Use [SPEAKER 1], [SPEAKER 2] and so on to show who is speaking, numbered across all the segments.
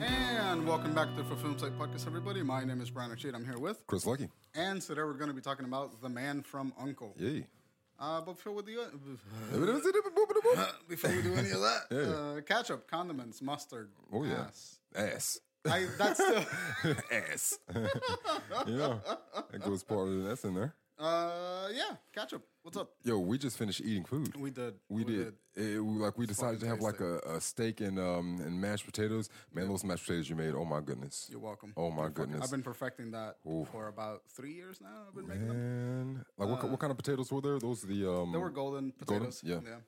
[SPEAKER 1] and welcome back to the For Film Site Podcast, everybody. My name is Brian O'Shea. I'm here with,
[SPEAKER 2] Chris Lucky.
[SPEAKER 1] and today we're going to be talking about The Man from Uncle.
[SPEAKER 2] Yay.
[SPEAKER 1] Uh, but before we do, uh,
[SPEAKER 2] Before
[SPEAKER 1] before we do any of that, uh, ketchup, condiments, mustard.
[SPEAKER 2] Oh, yeah.
[SPEAKER 1] ass.
[SPEAKER 2] Ass.
[SPEAKER 1] I, that's still,
[SPEAKER 2] Ass. yeah. That goes part of that's in there.
[SPEAKER 1] uh, yeah, ketchup. What's up?
[SPEAKER 2] Yo, we just finished eating food.
[SPEAKER 1] We did.
[SPEAKER 2] We, did. It, we- like we decided to have like
[SPEAKER 1] fucking
[SPEAKER 2] a, a steak and um and mashed potatoes. Man, those mashed potatoes you made. Oh my goodness.
[SPEAKER 1] You're welcome.
[SPEAKER 2] Oh my
[SPEAKER 1] You're fucking-
[SPEAKER 2] goodness.
[SPEAKER 1] I've been perfecting that for about three years now. I've been making them. Uh,
[SPEAKER 2] Man, like what, ki- what kind of potatoes were there? Those are the um.
[SPEAKER 1] They were golden potatoes.
[SPEAKER 2] Yeah.
[SPEAKER 1] yeah.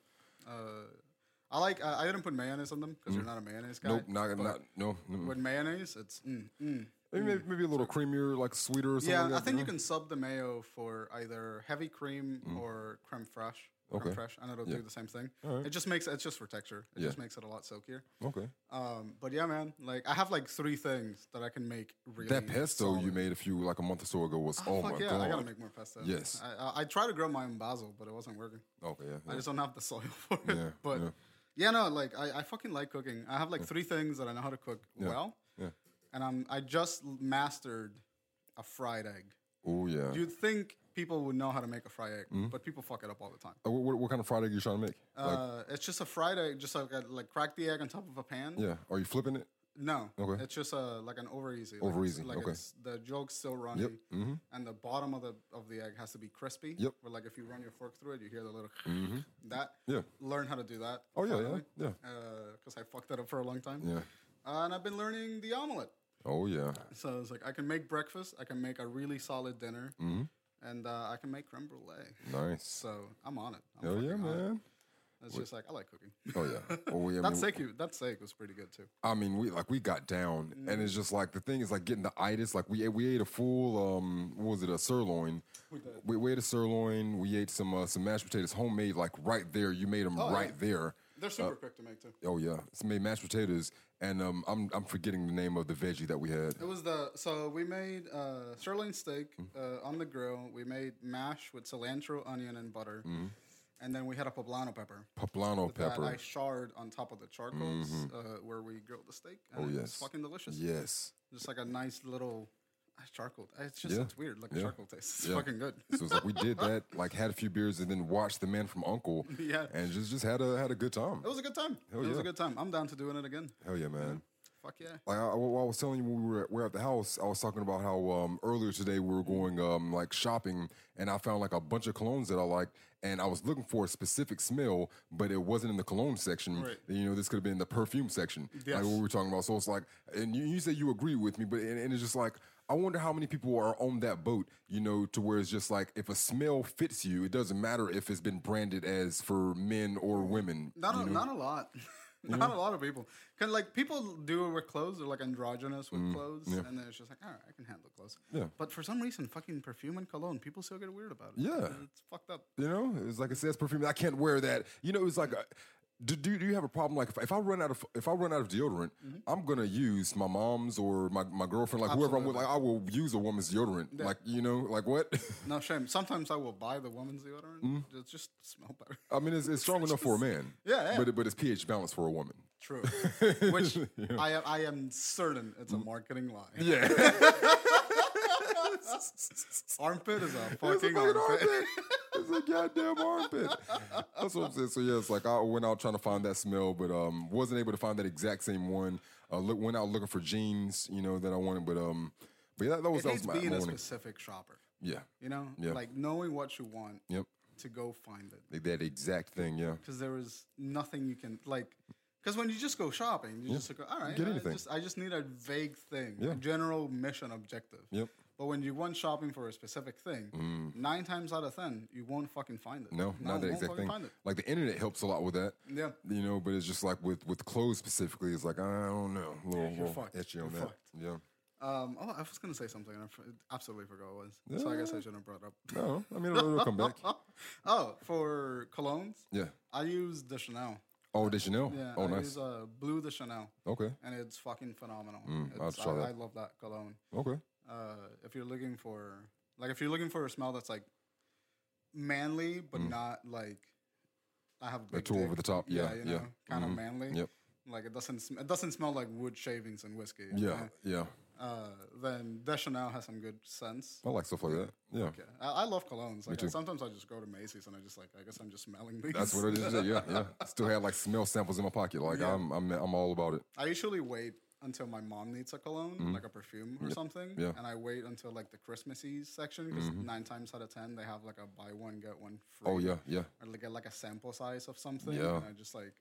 [SPEAKER 1] Uh, I like. Uh, I didn't put mayonnaise on them because you're not a mayonnaise guy.
[SPEAKER 2] Nope, not, not mm. no. no.
[SPEAKER 1] With mayonnaise, it's mm, mm.
[SPEAKER 2] Maybe, maybe a little creamier, like sweeter or something.
[SPEAKER 1] yeah.
[SPEAKER 2] like
[SPEAKER 1] I
[SPEAKER 2] that,
[SPEAKER 1] think you
[SPEAKER 2] know?
[SPEAKER 1] can sub the mayo for either heavy cream or creme fraiche. Creme
[SPEAKER 2] Mm. Okay.
[SPEAKER 1] fraiche, and it'll do the same thing.
[SPEAKER 2] All right.
[SPEAKER 1] It just makes it's just for texture. It
[SPEAKER 2] Yeah.
[SPEAKER 1] just makes it a lot silkier.
[SPEAKER 2] Okay.
[SPEAKER 1] Um, but yeah, man, like I have like three things that I can make really.
[SPEAKER 2] That pesto
[SPEAKER 1] solid.
[SPEAKER 2] you made a few like a month or so ago was oh,
[SPEAKER 1] Fuck
[SPEAKER 2] my
[SPEAKER 1] yeah,
[SPEAKER 2] god.
[SPEAKER 1] I gotta make more pesto.
[SPEAKER 2] Yes.
[SPEAKER 1] I, I, I tried to grow my own basil, but it wasn't working.
[SPEAKER 2] okay. Yeah.
[SPEAKER 1] I
[SPEAKER 2] yeah.
[SPEAKER 1] just don't have the soil for it.
[SPEAKER 2] Yeah,
[SPEAKER 1] but yeah.
[SPEAKER 2] yeah.
[SPEAKER 1] no, like I, I fucking like cooking. I have like three things that I know how to cook well,
[SPEAKER 2] yeah.
[SPEAKER 1] and I'm I just mastered a fried egg.
[SPEAKER 2] Oh yeah.
[SPEAKER 1] You'd think people would know how to make a fried egg, but people fuck it up all the time.
[SPEAKER 2] Uh, what, what, what kind of fried egg are you trying to make? Mm-hmm. like,
[SPEAKER 1] uh, it's just a fried egg, just like a- like crack the egg on top of a pan.
[SPEAKER 2] yeah. Are you flipping it?
[SPEAKER 1] No,
[SPEAKER 2] Okay.
[SPEAKER 1] it's just a like an over easy.
[SPEAKER 2] Over
[SPEAKER 1] like, it's-
[SPEAKER 2] easy,
[SPEAKER 1] Like
[SPEAKER 2] okay.
[SPEAKER 1] it's, the yolk's still runny,
[SPEAKER 2] Mm-hmm.
[SPEAKER 1] and the bottom of the of the egg has to be crispy.
[SPEAKER 2] Yep.
[SPEAKER 1] But like if you run your fork through it, you hear the little that.
[SPEAKER 2] Yeah.
[SPEAKER 1] Learn how to do that.
[SPEAKER 2] Oh, yeah, yeah,
[SPEAKER 1] finally,
[SPEAKER 2] yeah.
[SPEAKER 1] Because I fucked that up for a long time.
[SPEAKER 2] Yeah.
[SPEAKER 1] Uh, and I've been learning the omelet,
[SPEAKER 2] Oh yeah.
[SPEAKER 1] so it's like I can make breakfast, I can make a really solid dinner,
[SPEAKER 2] Mm-hmm.
[SPEAKER 1] and uh, I can make creme brulee.
[SPEAKER 2] Nice.
[SPEAKER 1] So I'm on it. I'm
[SPEAKER 2] Oh yeah,
[SPEAKER 1] fucking on it.
[SPEAKER 2] man.
[SPEAKER 1] It's just like I like cooking.
[SPEAKER 2] Oh yeah. Oh yeah. I
[SPEAKER 1] That
[SPEAKER 2] mean,
[SPEAKER 1] seku, that seku was pretty good too.
[SPEAKER 2] I mean, we like we got down, and
[SPEAKER 1] Mm.
[SPEAKER 2] it's just like the thing is like getting the itis. Like we ate, we ate a full um, what was it a sirloin? We, we ate a sirloin. We ate some uh, some mashed potatoes, homemade, like right there. You made
[SPEAKER 1] Oh,
[SPEAKER 2] them right there.
[SPEAKER 1] They're super quick to make too.
[SPEAKER 2] Oh yeah, some made mashed potatoes, and um, I'm I'm forgetting the name of the veggie that we had.
[SPEAKER 1] It was the so we made uh, sirloin steak
[SPEAKER 2] Mm.
[SPEAKER 1] uh, on the grill. We made mash with cilantro, onion, and butter, and then we had a poblano pepper
[SPEAKER 2] Poblano Mm. pepper. Mm-hmm.
[SPEAKER 1] that I charred on top of the charcoals uh, where we grilled the steak. And
[SPEAKER 2] Oh,
[SPEAKER 1] it's
[SPEAKER 2] yes.
[SPEAKER 1] fucking delicious.
[SPEAKER 2] yes.
[SPEAKER 1] just like a nice little uh, charcoal. It's just
[SPEAKER 2] Yeah.
[SPEAKER 1] it's weird, like a
[SPEAKER 2] Yeah.
[SPEAKER 1] charcoal taste. It's
[SPEAKER 2] Yeah.
[SPEAKER 1] fucking good.
[SPEAKER 2] So it's like we did that, like had a few beers, and then watched The Man from Uncle.
[SPEAKER 1] Yeah. Oh.
[SPEAKER 2] and just just had a had a good time.
[SPEAKER 1] It was a good time. it was a
[SPEAKER 2] yeah.
[SPEAKER 1] good time. I'm down to doing it again.
[SPEAKER 2] Hell yeah, man.
[SPEAKER 1] Fuck yeah.
[SPEAKER 2] Like I, I- I was telling you when we were at, we were at the house, I was talking about how um, earlier today we were
[SPEAKER 1] Mm-hmm.
[SPEAKER 2] going um, like shopping, and I found like a bunch of colognes that I liked, and I was looking for a specific smell, but it wasn't in the cologne section.
[SPEAKER 1] Right.
[SPEAKER 2] You know, this could have been the perfume section,
[SPEAKER 1] Yes.
[SPEAKER 2] like what we were talking about. So it's like, and you, you say you agree with me, but and, and it's just like. I wonder how many people are on that boat, you know, to where it's just like if a smell fits you, it doesn't matter if it's been branded as for men or women.
[SPEAKER 1] Not a, not a lot.
[SPEAKER 2] Mm-hmm.
[SPEAKER 1] not a lot of people. Cause like people do it with clothes. They're like androgynous with clothes, and then it's just like, all right, I can handle clothes.
[SPEAKER 2] Mm, Yeah.
[SPEAKER 1] But for some reason, fucking perfume and cologne, people still get weird about it.
[SPEAKER 2] Yeah.
[SPEAKER 1] It's fucked up.
[SPEAKER 2] You know, it was like it says perfume. I can't wear that. You know, it was like, uh, do, do, do you have a problem? Like, if, if I run out of if I run out of deodorant,
[SPEAKER 1] Mm-hmm.
[SPEAKER 2] I'm gonna use my mom's or my, my girlfriend, like whoever I'm with. Like, I will use a woman's deodorant. Like, you know, like what?
[SPEAKER 1] No shame. Sometimes I will buy the woman's deodorant.
[SPEAKER 2] Mm-hmm.
[SPEAKER 1] It just smell better.
[SPEAKER 2] I mean, it's, it's strong enough for a man.
[SPEAKER 1] Yeah, yeah.
[SPEAKER 2] But it, but it's pH balanced for a woman.
[SPEAKER 1] True. Which I I am certain it's a marketing lie.
[SPEAKER 2] Mm. Yeah,
[SPEAKER 1] Armpit is a
[SPEAKER 2] it's a
[SPEAKER 1] fucking,
[SPEAKER 2] fucking
[SPEAKER 1] armpit.
[SPEAKER 2] armpit. It's a goddamn armpit. That's what I'm saying. So yeah, it's like I went out trying to find that smell, but um, wasn't able to find that exact same one. Uh, look, went out looking for jeans, you know, that I wanted, but um, but yeah, that, that was
[SPEAKER 1] It
[SPEAKER 2] that
[SPEAKER 1] needs
[SPEAKER 2] was my
[SPEAKER 1] being a
[SPEAKER 2] morning.
[SPEAKER 1] specific shopper.
[SPEAKER 2] Yeah.
[SPEAKER 1] You know,
[SPEAKER 2] Yeah.
[SPEAKER 1] like knowing what you want
[SPEAKER 2] Yep.
[SPEAKER 1] to go find it.
[SPEAKER 2] Like that exact thing. Yeah.
[SPEAKER 1] because there was nothing you can like. Because when you just go shopping, you just go, all right,
[SPEAKER 2] Get
[SPEAKER 1] I
[SPEAKER 2] anything.
[SPEAKER 1] just, I just need a vague thing, a
[SPEAKER 2] Yeah.
[SPEAKER 1] general mission objective.
[SPEAKER 2] Yep. Mm.
[SPEAKER 1] But when you went shopping for a specific thing, nine times out of ten, you won't fucking find it.
[SPEAKER 2] No, not
[SPEAKER 1] you
[SPEAKER 2] that
[SPEAKER 1] won't
[SPEAKER 2] exact
[SPEAKER 1] fucking
[SPEAKER 2] thing.
[SPEAKER 1] find it.
[SPEAKER 2] Like the internet helps a lot with that.
[SPEAKER 1] Yeah.
[SPEAKER 2] You know, but it's just like with with clothes specifically, it's like I don't know, a little,
[SPEAKER 1] you're
[SPEAKER 2] little
[SPEAKER 1] fucked.
[SPEAKER 2] itchy
[SPEAKER 1] You're
[SPEAKER 2] on that.
[SPEAKER 1] fucked.
[SPEAKER 2] Yeah.
[SPEAKER 1] Um, oh, I was gonna say something, and I fr- absolutely forgot what it was. So I guess I shouldn't have brought it up.
[SPEAKER 2] No, I mean it'll, it'll come back.
[SPEAKER 1] Oh, for colognes,
[SPEAKER 2] Yeah.
[SPEAKER 1] I use the Chanel.
[SPEAKER 2] Oh, did you know?
[SPEAKER 1] Yeah,
[SPEAKER 2] oh,
[SPEAKER 1] I
[SPEAKER 2] nice.
[SPEAKER 1] use uh, blue the Chanel,
[SPEAKER 2] okay.
[SPEAKER 1] and it's fucking phenomenal.
[SPEAKER 2] Mm, I'll
[SPEAKER 1] it's, I,
[SPEAKER 2] try that.
[SPEAKER 1] I love that cologne.
[SPEAKER 2] Okay.
[SPEAKER 1] uh, if you're looking for like if you're looking for a smell that's like manly but not like I have a big
[SPEAKER 2] too
[SPEAKER 1] dick,
[SPEAKER 2] over Mm. the top. Yeah,
[SPEAKER 1] you
[SPEAKER 2] yeah. Mm-hmm.
[SPEAKER 1] know, kind of manly.
[SPEAKER 2] Yep.
[SPEAKER 1] like it doesn't sm- it doesn't smell like wood shavings and whiskey.
[SPEAKER 2] Yeah,
[SPEAKER 1] okay?
[SPEAKER 2] yeah.
[SPEAKER 1] Uh, then Deschanel has some good sense.
[SPEAKER 2] I like stuff like that. Yeah.
[SPEAKER 1] Yeah, I, I love colognes. Like
[SPEAKER 2] Oh. too.
[SPEAKER 1] sometimes I just go to Macy's and I just like I guess I'm just smelling these.
[SPEAKER 2] That's what it is. Yeah, yeah, yeah. Still have like smell samples in my pocket. Like
[SPEAKER 1] Yeah.
[SPEAKER 2] I'm, I'm, I'm all about it.
[SPEAKER 1] I usually wait until my mom needs a cologne, like a perfume or something,
[SPEAKER 2] Mm-hmm. yeah. Mm-hmm.
[SPEAKER 1] and I wait until like the Christmassy section because nine times out of ten they have like a buy one get one free.
[SPEAKER 2] Oh yeah, yeah.
[SPEAKER 1] or like get like a sample size of something.
[SPEAKER 2] Yeah.
[SPEAKER 1] and I just like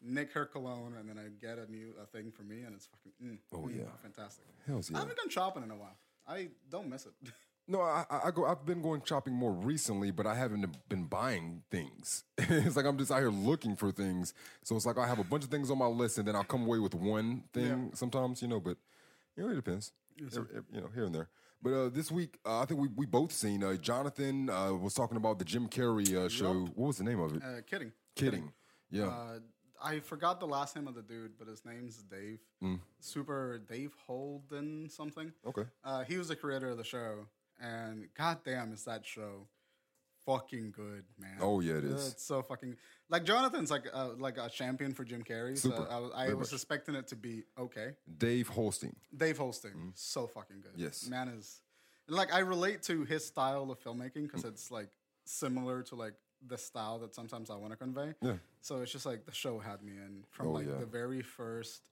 [SPEAKER 1] nick her cologne, and then I get a new a thing for me, and it's fucking mm, oh
[SPEAKER 2] yeah.
[SPEAKER 1] fantastic.
[SPEAKER 2] Hell's
[SPEAKER 1] I
[SPEAKER 2] yeah.
[SPEAKER 1] haven't gone shopping in a while. I don't miss it.
[SPEAKER 2] No, I, I I go. I've been going shopping more recently, but I haven't been buying things. it's like I'm just out here looking for things. So it's like I have a bunch of things on my list, and then I'll come away with one thing sometimes, you know. But you know, it depends. Ev- ev- you know, here and there. But uh, this week, uh, I think we we both seen uh, Jonathan uh, was talking about the Jim Carrey uh, show. What was the name of it?
[SPEAKER 1] uh, kidding.
[SPEAKER 2] Kidding. Yeah.
[SPEAKER 1] Uh, I forgot the last name of the dude, but his name's Dave.
[SPEAKER 2] Mm.
[SPEAKER 1] Super Dave Holden something.
[SPEAKER 2] okay.
[SPEAKER 1] Uh, he was the creator of the show, and goddamn, is that show fucking good, man!
[SPEAKER 2] Oh, yeah, it
[SPEAKER 1] Uh,
[SPEAKER 2] is.
[SPEAKER 1] It's so fucking like Jonathan's like uh, like a champion for Jim Carrey. So
[SPEAKER 2] Super.
[SPEAKER 1] I, was- I
[SPEAKER 2] Very
[SPEAKER 1] was
[SPEAKER 2] much.
[SPEAKER 1] expecting it to be okay.
[SPEAKER 2] Dave Holstein.
[SPEAKER 1] Dave Holstein, so fucking good.
[SPEAKER 2] Mm-hmm. Yes.
[SPEAKER 1] man is like I relate to his style of filmmaking
[SPEAKER 2] Mm.
[SPEAKER 1] because it's like similar to like the style that sometimes I want to convey.
[SPEAKER 2] Yeah.
[SPEAKER 1] So it's just like the show had me in from
[SPEAKER 2] Oh,
[SPEAKER 1] like
[SPEAKER 2] yeah.
[SPEAKER 1] the very first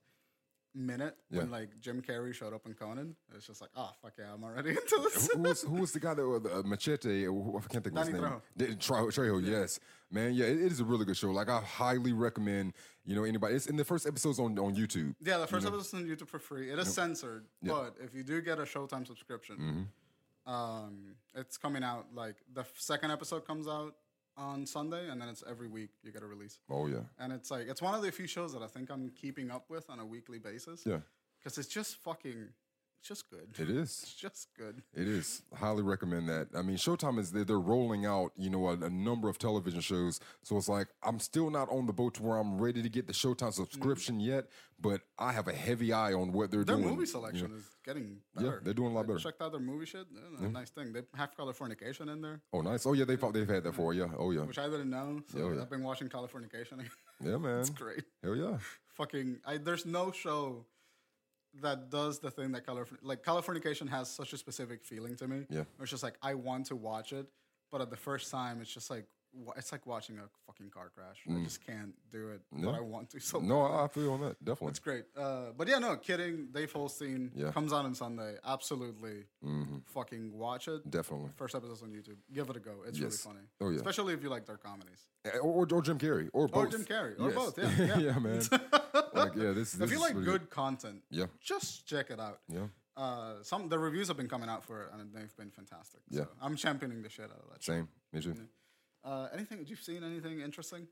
[SPEAKER 1] minute when
[SPEAKER 2] Yeah.
[SPEAKER 1] like Jim Carrey showed up in Conan. It was just like, oh fuck yeah, I'm already into this.
[SPEAKER 2] who was who was the guy that was uh, Machete? uh, who- I can't think of his
[SPEAKER 1] Danny
[SPEAKER 2] name. Da- Trejo. Trejo, yes, man, yeah, it- it is a really good show. Like I highly recommend. You know, anybody? It's in the first episode's on on YouTube.
[SPEAKER 1] yeah, the first episode's on YouTube for free. It is censored, but if you do get a Showtime subscription,
[SPEAKER 2] Mm-hmm.
[SPEAKER 1] um, it's coming out like the f- second episode comes out on Sunday, and then it's every week you get a release.
[SPEAKER 2] Oh yeah,
[SPEAKER 1] And it's like it's one of the few shows that I think I'm keeping up with on a weekly basis.
[SPEAKER 2] yeah,
[SPEAKER 1] because it's just fucking, it's just good.
[SPEAKER 2] it is.
[SPEAKER 1] It's just good.
[SPEAKER 2] It is. Highly recommend that. I mean, Showtime is they're, they're rolling out, you know, a, a number of television shows. So it's like I'm still not on the boat to where I'm ready to get the Showtime subscription yet, but I have a heavy eye on what they're
[SPEAKER 1] Mm-hmm. Their
[SPEAKER 2] doing.
[SPEAKER 1] movie
[SPEAKER 2] you
[SPEAKER 1] selection
[SPEAKER 2] know.
[SPEAKER 1] is getting better.
[SPEAKER 2] they're doing a lot
[SPEAKER 1] I
[SPEAKER 2] better.
[SPEAKER 1] Checked out their movie shit. Yeah, Nice thing. They have Californication in there,
[SPEAKER 2] Oh, nice. Oh yeah, they thought they've had that for yeah. Oh yeah,
[SPEAKER 1] which I didn't know. So
[SPEAKER 2] Oh, Yeah, yeah.
[SPEAKER 1] I've been watching Californication.
[SPEAKER 2] yeah, man.
[SPEAKER 1] it's great.
[SPEAKER 2] Hell yeah.
[SPEAKER 1] Fucking, I, there's no show that does the thing that Californ like Californication has such a specific feeling to me.
[SPEAKER 2] Yeah.
[SPEAKER 1] it's just like I want to watch it, but at the first time, it's just like wa- it's like watching a fucking car crash. I just can't do it, but I want to. So
[SPEAKER 2] Mm. No, I, I feel on that definitely.
[SPEAKER 1] It's great. Uh, but yeah, no, kidding. Dave Holstein
[SPEAKER 2] Yeah. Mm-hmm.
[SPEAKER 1] comes out on Sunday. Absolutely fucking watch it.
[SPEAKER 2] Definitely.
[SPEAKER 1] First episode's on YouTube. Give it a go. It's
[SPEAKER 2] Yes.
[SPEAKER 1] really funny.
[SPEAKER 2] Oh, yeah.
[SPEAKER 1] Especially if you like their comedies.
[SPEAKER 2] Or, or, or Jim Carrey. Or both.
[SPEAKER 1] Jim Carrey, or both, yeah, yeah.
[SPEAKER 2] man. like, yeah, this, this
[SPEAKER 1] if you
[SPEAKER 2] is
[SPEAKER 1] like
[SPEAKER 2] really
[SPEAKER 1] good content,
[SPEAKER 2] Yeah.
[SPEAKER 1] just check it out.
[SPEAKER 2] Yeah.
[SPEAKER 1] Uh, some the reviews have been coming out for it and they've been fantastic.
[SPEAKER 2] Yeah.
[SPEAKER 1] So I'm championing the shit out of that.
[SPEAKER 2] Same. Me too.
[SPEAKER 1] Uh, anything you've seen anything interesting?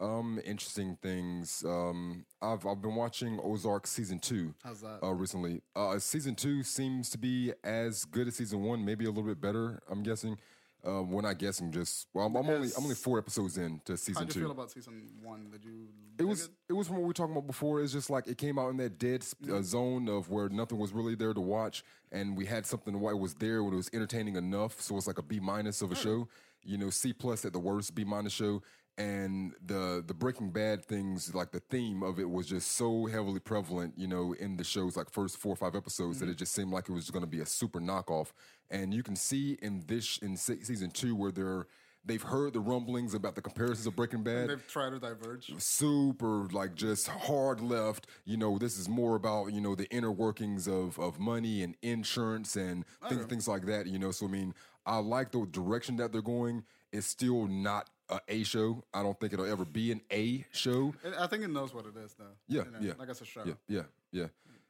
[SPEAKER 2] Um, interesting things. Um, I've I've been watching Ozark season two.
[SPEAKER 1] How's that?
[SPEAKER 2] Uh, recently, uh, season two seems to be as good as season one, maybe a little bit better. I'm guessing. Uh, we're not guessing. Just well, I'm, I'm only I'm only four episodes in Oh, to season
[SPEAKER 1] How did
[SPEAKER 2] two.
[SPEAKER 1] you feel about season one? Did you
[SPEAKER 2] It was it was from what we were talking about before. It's just like it came out in that dead sp- uh, zone of where nothing was really there to watch, and we had something why it was there when it was entertaining enough. So it's like a B minus of a show, you know, C plus at the worst, B minus show. And the the Breaking Bad things, like the theme of it was just so heavily prevalent, you know, in the show's like first four or five episodes that it just seemed like it was going to be a super knockoff. And you can see in this in se- season two where they're they've heard the rumblings about the comparisons of Breaking Bad
[SPEAKER 1] they've tried to diverge?
[SPEAKER 2] super like just hard left you know this is more about you know the inner workings of of money and insurance and things, things like that you know so i mean i like the direction that they're going it's still not a a show i don't think it'll ever be an a show
[SPEAKER 1] It, I think it knows what it is though.
[SPEAKER 2] Yeah, yeah.
[SPEAKER 1] Like it's a show.
[SPEAKER 2] yeah yeah yeah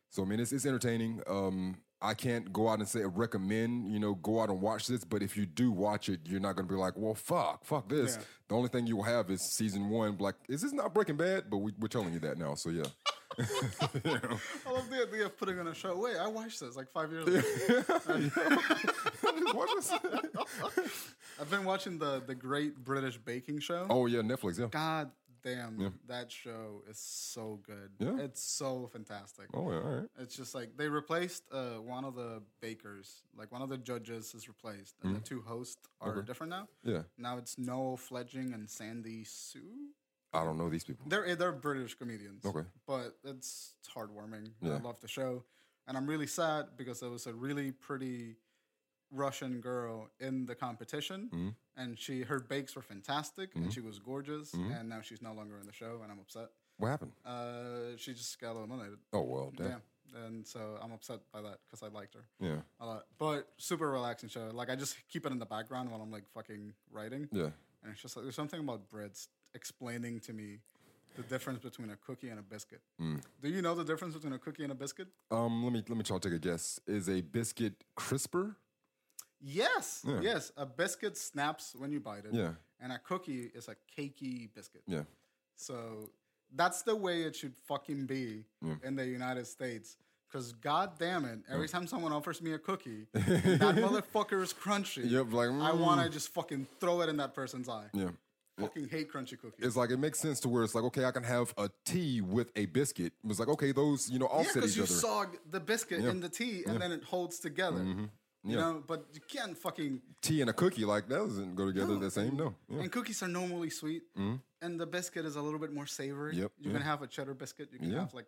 [SPEAKER 2] so i mean it's, it's entertaining um i can't go out and say recommend you know go out and watch this but if you do watch it you're not going to be like well fuck fuck this
[SPEAKER 1] Yeah.
[SPEAKER 2] the only thing you will have is season one like is this not breaking bad but we, we're telling you that now so yeah
[SPEAKER 1] I love the idea of putting on a show. Wait, I watched this like five years ago.
[SPEAKER 2] What was that?
[SPEAKER 1] I've been watching the the Great British Baking Show.
[SPEAKER 2] Oh yeah, Netflix. Yeah.
[SPEAKER 1] God damn, that show is so good.
[SPEAKER 2] Yeah.
[SPEAKER 1] It's so fantastic.
[SPEAKER 2] Oh yeah. All right.
[SPEAKER 1] It's just like they replaced uh, one of the bakers, like one of the judges is replaced, and the
[SPEAKER 2] Mm.
[SPEAKER 1] two hosts are different now.
[SPEAKER 2] Yeah.
[SPEAKER 1] Now it's Noel Fledging and Sandy Sue.
[SPEAKER 2] I don't know these people.
[SPEAKER 1] They're they're British comedians.
[SPEAKER 2] Okay.
[SPEAKER 1] But it's it's heartwarming.
[SPEAKER 2] Yeah.
[SPEAKER 1] I love the show, and I'm really sad because there was a really pretty Russian girl in the competition,
[SPEAKER 2] Mm-hmm.
[SPEAKER 1] and she her bakes were fantastic, and she was gorgeous,
[SPEAKER 2] Mm-hmm.
[SPEAKER 1] and now she's no longer in the show, and I'm upset.
[SPEAKER 2] What happened?
[SPEAKER 1] Uh, she just got eliminated.
[SPEAKER 2] Oh well, damn.
[SPEAKER 1] Yeah. And so I'm upset by that because I liked her
[SPEAKER 2] Yeah,
[SPEAKER 1] a lot. But super relaxing show. Like I just keep it in the background while I'm like fucking writing.
[SPEAKER 2] yeah.
[SPEAKER 1] And it's just like there's something about breads explaining to me the difference between a cookie and a biscuit.
[SPEAKER 2] Mm.
[SPEAKER 1] Do you know the difference between a cookie and a biscuit?
[SPEAKER 2] Um, let me let me try to take a guess. Is a biscuit crisper?
[SPEAKER 1] Yes. Yes. A biscuit snaps when you bite it.
[SPEAKER 2] Yeah.
[SPEAKER 1] And a cookie is a cakey biscuit.
[SPEAKER 2] Yeah,
[SPEAKER 1] So that's the way it should fucking be in the United States. Cause god damn it, every time someone offers me a cookie, and that motherfucker is crunchy.
[SPEAKER 2] Yep, like,
[SPEAKER 1] I
[SPEAKER 2] mm.
[SPEAKER 1] wanna just fucking throw it in that person's eye.
[SPEAKER 2] yeah.
[SPEAKER 1] Fucking hate crunchy cookies.
[SPEAKER 2] It's like it makes sense to where it's like okay, I can have a tea with a biscuit. It was like okay, those you know
[SPEAKER 1] Yeah,
[SPEAKER 2] offset
[SPEAKER 1] because
[SPEAKER 2] each
[SPEAKER 1] you
[SPEAKER 2] other.
[SPEAKER 1] sog the biscuit in the tea and then it holds together.
[SPEAKER 2] Mm-hmm.
[SPEAKER 1] You know, but you can't fucking.
[SPEAKER 2] tea and a cookie like that doesn't go together. the same, no. Yeah. Mm-hmm.
[SPEAKER 1] And cookies are normally sweet, and the biscuit is a little bit more savory.
[SPEAKER 2] Yep,
[SPEAKER 1] You can have a cheddar biscuit. You can
[SPEAKER 2] Yeah.
[SPEAKER 1] have like,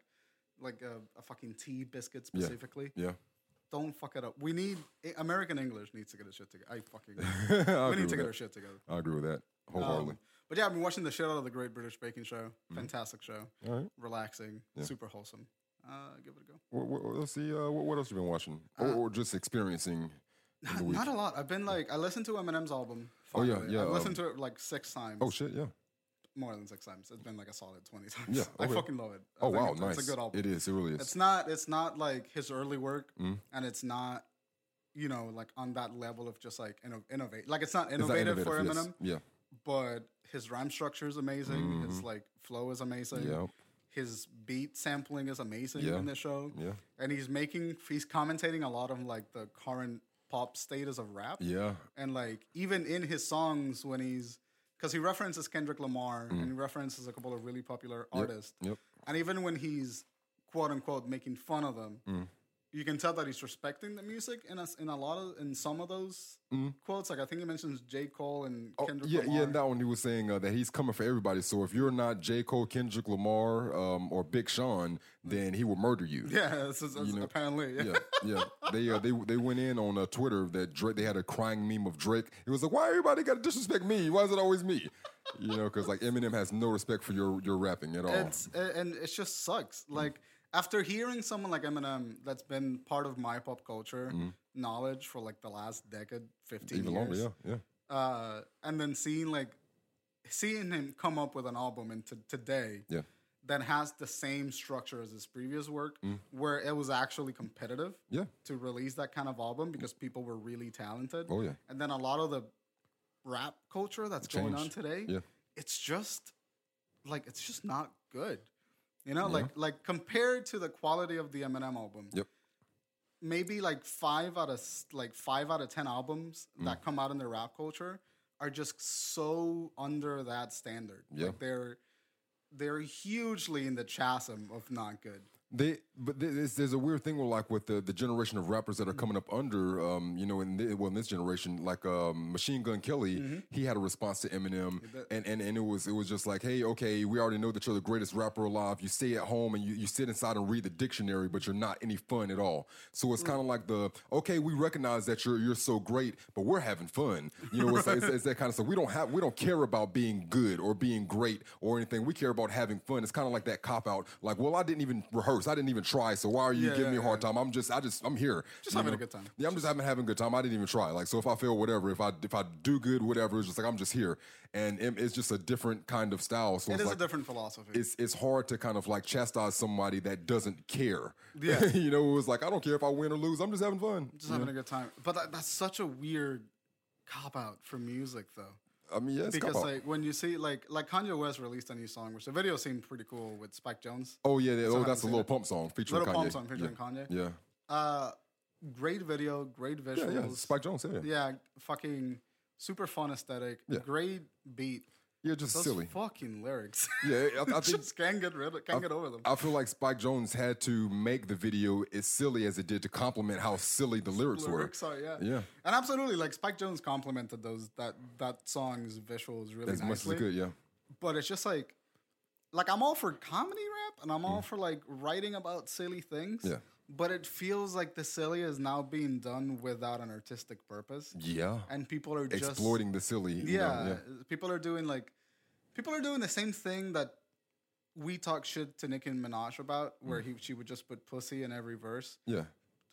[SPEAKER 1] like a, a fucking tea biscuit specifically.
[SPEAKER 2] yeah.
[SPEAKER 1] Don't fuck it up. We need eh, American English needs to get its shit together. I fucking.
[SPEAKER 2] I
[SPEAKER 1] we
[SPEAKER 2] agree
[SPEAKER 1] need
[SPEAKER 2] with
[SPEAKER 1] to get
[SPEAKER 2] that.
[SPEAKER 1] our shit together.
[SPEAKER 2] I agree with that wholeheartedly. Mm-hmm.
[SPEAKER 1] Um, but yeah, I've been watching the shit out of the Great British Baking Show. Fantastic show.
[SPEAKER 2] Alright.
[SPEAKER 1] Relaxing, super wholesome. Uh, give it a go.
[SPEAKER 2] What, what, let's see. Uh, what, what else you been watching or, or just experiencing? in the week?
[SPEAKER 1] Uh, Not a lot. I've been like, I listened to Eminem's album.
[SPEAKER 2] Oh, yeah,
[SPEAKER 1] finally.
[SPEAKER 2] yeah,
[SPEAKER 1] I've listened
[SPEAKER 2] um,
[SPEAKER 1] to it like six times.
[SPEAKER 2] Oh shit! Yeah.
[SPEAKER 1] more than six times. It's been like a solid twenty times.
[SPEAKER 2] Yeah,
[SPEAKER 1] I
[SPEAKER 2] okay.
[SPEAKER 1] fucking love it. I
[SPEAKER 2] Oh
[SPEAKER 1] think
[SPEAKER 2] wow!
[SPEAKER 1] it's,
[SPEAKER 2] nice.
[SPEAKER 1] It's a good album.
[SPEAKER 2] It is. Mm. It really is.
[SPEAKER 1] It's not. It's not like his early work, and it's not, you know, like on that level of just like inno- innovate. Like it's not
[SPEAKER 2] It's not
[SPEAKER 1] innovative, for
[SPEAKER 2] yes.
[SPEAKER 1] Eminem,
[SPEAKER 2] Yeah.
[SPEAKER 1] but his rhyme structure is amazing. His like flow is amazing.
[SPEAKER 2] Mm-hmm. Yep.
[SPEAKER 1] His beat sampling is amazing
[SPEAKER 2] Yeah.
[SPEAKER 1] in the show.
[SPEAKER 2] Yeah.
[SPEAKER 1] And he's making, he's commentating a lot on like the current pop status of rap
[SPEAKER 2] Yeah.
[SPEAKER 1] and like even in his songs when he's because he references Kendrick Lamar and he references a couple of really popular artists,
[SPEAKER 2] Mm. Yep.
[SPEAKER 1] and even when he's quote unquote making fun of them,
[SPEAKER 2] Mm.
[SPEAKER 1] you can tell that he's respecting the music in us in a lot of in some of those quotes. Like I think he mentions J Cole and
[SPEAKER 2] Mm. Oh,
[SPEAKER 1] Kendrick
[SPEAKER 2] yeah,
[SPEAKER 1] Lamar.
[SPEAKER 2] yeah. and That one he was saying uh, that he's coming for everybody. So if you're not J. Cole, Kendrick Lamar, um, or Big
[SPEAKER 1] Mm.
[SPEAKER 2] Sean, then he will murder you.
[SPEAKER 1] yeah, it's- it's-
[SPEAKER 2] know,
[SPEAKER 1] apparently, yeah.
[SPEAKER 2] yeah, yeah. They uh, they they went in on uh, Twitter that Drake. They had a crying meme of Drake. It was like, why everybody got to disrespect me? Why is it always me? You know, because like Eminem has no respect for your your rapping at all.
[SPEAKER 1] It's a- and it just sucks.
[SPEAKER 2] Mm.
[SPEAKER 1] Like after hearing someone like Eminem that's been part of my pop culture knowledge for like the last decade, fifteen
[SPEAKER 2] Mm. Even
[SPEAKER 1] years,
[SPEAKER 2] longer, yeah, yeah.
[SPEAKER 1] uh, and then seeing like seeing him come up with an album and to today
[SPEAKER 2] Yeah.
[SPEAKER 1] that has the same structure as his previous work, where it was actually competitive
[SPEAKER 2] Yeah.
[SPEAKER 1] to release that kind of album because people were really talented.
[SPEAKER 2] Oh, yeah.
[SPEAKER 1] and then a lot of the rap culture that's going on
[SPEAKER 2] Changed.
[SPEAKER 1] today,
[SPEAKER 2] Yeah.
[SPEAKER 1] it's just like it's just not good. You know, like like compared to the quality of the Eminem album,
[SPEAKER 2] Yep.
[SPEAKER 1] maybe like five out of s- like five out of ten albums
[SPEAKER 2] Mm.
[SPEAKER 1] that come out in the rap culture are just so under that standard.
[SPEAKER 2] Yeah.
[SPEAKER 1] Like they're they're hugely in the chasm of not good.
[SPEAKER 2] They, but th- there's, there's a weird thing with like with the, the generation of rappers that are coming up under, um, you know, in the, well in this generation, like um, Machine Gun Kelly, he had a response to Eminem, and, and and it was it was just like, hey, okay, we already know that you're the greatest rapper alive. You stay at home and you, you sit inside and read the dictionary, but you're not any fun at all. So
[SPEAKER 1] Mm.
[SPEAKER 2] it's kind of like the okay, we recognize that you're you're so great, but we're having fun. You know, it's, it's, it's that kind of stuff. We don't have we don't care about being good or being great or anything. We care about having fun. It's kind of like that cop out. Like, well, I didn't even rehearse. I didn't even try. So why are you
[SPEAKER 1] Yeah,
[SPEAKER 2] giving me
[SPEAKER 1] yeah,
[SPEAKER 2] a hard time? I'm just I just I'm here.
[SPEAKER 1] Just
[SPEAKER 2] you
[SPEAKER 1] having a good time.
[SPEAKER 2] Yeah, I'm just having having a good time. I didn't even try. Like, so if I fail, whatever. If I if I do good, whatever. It's just like I'm just here, and it- it's just a different kind of style. So
[SPEAKER 1] It
[SPEAKER 2] it's
[SPEAKER 1] is
[SPEAKER 2] like,
[SPEAKER 1] a different philosophy.
[SPEAKER 2] it's it's hard to kind of like chastise somebody that doesn't care.
[SPEAKER 1] Yeah.
[SPEAKER 2] you know, it was like I don't care if I win or lose. I'm just having fun.
[SPEAKER 1] just having a good time. But that, that's such a weird cop out for music though.
[SPEAKER 2] I mean, yeah, it's
[SPEAKER 1] Because
[SPEAKER 2] cop-out.
[SPEAKER 1] like when you see like like Kanye West released a new song, which the video seemed pretty cool with Spike Jones.
[SPEAKER 2] oh yeah, yeah, oh
[SPEAKER 1] haven't
[SPEAKER 2] that's a
[SPEAKER 1] seen
[SPEAKER 2] little
[SPEAKER 1] it.
[SPEAKER 2] pump song featuring
[SPEAKER 1] Little
[SPEAKER 2] Kanye.
[SPEAKER 1] Pump song featuring Kanye.
[SPEAKER 2] yeah.
[SPEAKER 1] Uh, great video, great
[SPEAKER 2] yeah,
[SPEAKER 1] visuals.
[SPEAKER 2] yeah, Spike Jones. Yeah, yeah,
[SPEAKER 1] Yeah, fucking super fun aesthetic. Great beat.
[SPEAKER 2] yeah just
[SPEAKER 1] Those
[SPEAKER 2] silly.
[SPEAKER 1] fucking lyrics.
[SPEAKER 2] Yeah, I, I think
[SPEAKER 1] just can't get rid of, can't get over them.
[SPEAKER 2] I feel like Spike Jones had to make the video as silly as it did to compliment how silly the lyrics,
[SPEAKER 1] lyrics
[SPEAKER 2] were.
[SPEAKER 1] are yeah.
[SPEAKER 2] Yeah.
[SPEAKER 1] And absolutely like Spike Jones complimented those that that song's visuals really
[SPEAKER 2] As much as
[SPEAKER 1] nicely.
[SPEAKER 2] it could, yeah.
[SPEAKER 1] But it's just like like I'm all for comedy rap and I'm all for like writing about silly things.
[SPEAKER 2] Yeah.
[SPEAKER 1] But it feels like the silly is now being done without an artistic purpose.
[SPEAKER 2] Yeah.
[SPEAKER 1] And people are just
[SPEAKER 2] Exploiting the silly. you know,
[SPEAKER 1] yeah, People are doing like people are doing the same thing that we talk shit to Nicki Minaj about, where he
[SPEAKER 2] Mm.
[SPEAKER 1] she would just put pussy in every verse.
[SPEAKER 2] yeah. Yeah.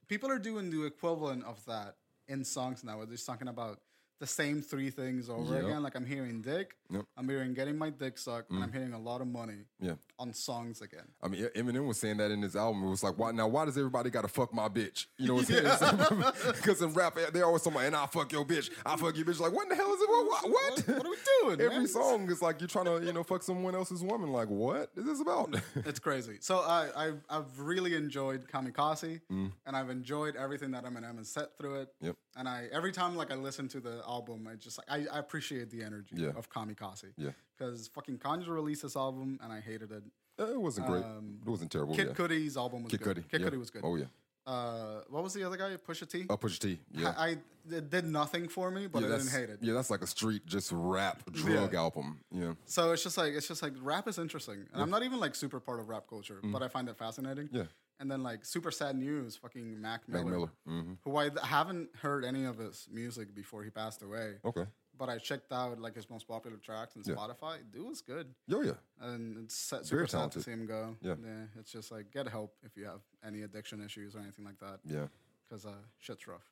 [SPEAKER 1] People are doing the equivalent of that in songs now, where they're just talking about the same three things over
[SPEAKER 2] Yep.
[SPEAKER 1] again. Like I'm hearing dick,
[SPEAKER 2] Yep. Mm.
[SPEAKER 1] I'm hearing getting my dick sucked, and I'm hearing a lot of money
[SPEAKER 2] Yeah.
[SPEAKER 1] on songs again.
[SPEAKER 2] I mean, E- Eminem was saying that in his album. It was like, why now? Why does everybody got to fuck my bitch? You know what I'm saying? Because in rap, they always talking about, and I fuck your bitch, I fuck your bitch. Like, what in the hell is it? What? What?
[SPEAKER 1] What, what are we doing?
[SPEAKER 2] Every
[SPEAKER 1] man?
[SPEAKER 2] song is like you're trying to, you know, fuck someone else's woman. Like, what is this about?
[SPEAKER 1] It's crazy. So I, I've I've really enjoyed Kamikaze,
[SPEAKER 2] Mm.
[SPEAKER 1] and I've enjoyed everything that Eminem has set through it.
[SPEAKER 2] Yep.
[SPEAKER 1] And I every time like I listen to the album, I just like I, I appreciate the energy
[SPEAKER 2] Yeah.
[SPEAKER 1] of Kamikaze.
[SPEAKER 2] Yeah.
[SPEAKER 1] Because fucking Conjure released this album, and I hated it.
[SPEAKER 2] Uh, it wasn't great. it wasn't terrible.
[SPEAKER 1] Um, Kid
[SPEAKER 2] Oh, yeah.
[SPEAKER 1] Cudi's album was
[SPEAKER 2] Kid
[SPEAKER 1] good.
[SPEAKER 2] Cudi.
[SPEAKER 1] Kid
[SPEAKER 2] yeah.
[SPEAKER 1] Cudi was good.
[SPEAKER 2] Oh yeah.
[SPEAKER 1] Uh, what was the other guy? Pusha T.
[SPEAKER 2] Uh, Pusha T. Yeah.
[SPEAKER 1] I, I it did nothing for me, but
[SPEAKER 2] yeah,
[SPEAKER 1] I didn't
[SPEAKER 2] that's-
[SPEAKER 1] hate it.
[SPEAKER 2] Yeah, that's like a street just rap drug
[SPEAKER 1] Yeah.
[SPEAKER 2] album. Yeah.
[SPEAKER 1] So it's just like it's just like rap is interesting, and I'm not even like super part of rap culture, but I find it fascinating.
[SPEAKER 2] Mm-hmm. Yeah.
[SPEAKER 1] And then like super sad news, fucking Mac Miller,
[SPEAKER 2] Miller, Mm-hmm.
[SPEAKER 1] who I th- haven't heard any of his music before he passed away.
[SPEAKER 2] Okay.
[SPEAKER 1] But I checked out like his most popular tracks on
[SPEAKER 2] Yeah.
[SPEAKER 1] Spotify. Dude was good,
[SPEAKER 2] Yo, yeah.
[SPEAKER 1] and it's sa- super
[SPEAKER 2] Very
[SPEAKER 1] sad to
[SPEAKER 2] talented.
[SPEAKER 1] see him go.
[SPEAKER 2] Yeah.
[SPEAKER 1] It's just like get help if you have any addiction issues or anything like that,
[SPEAKER 2] Yeah.
[SPEAKER 1] because uh, shit's rough.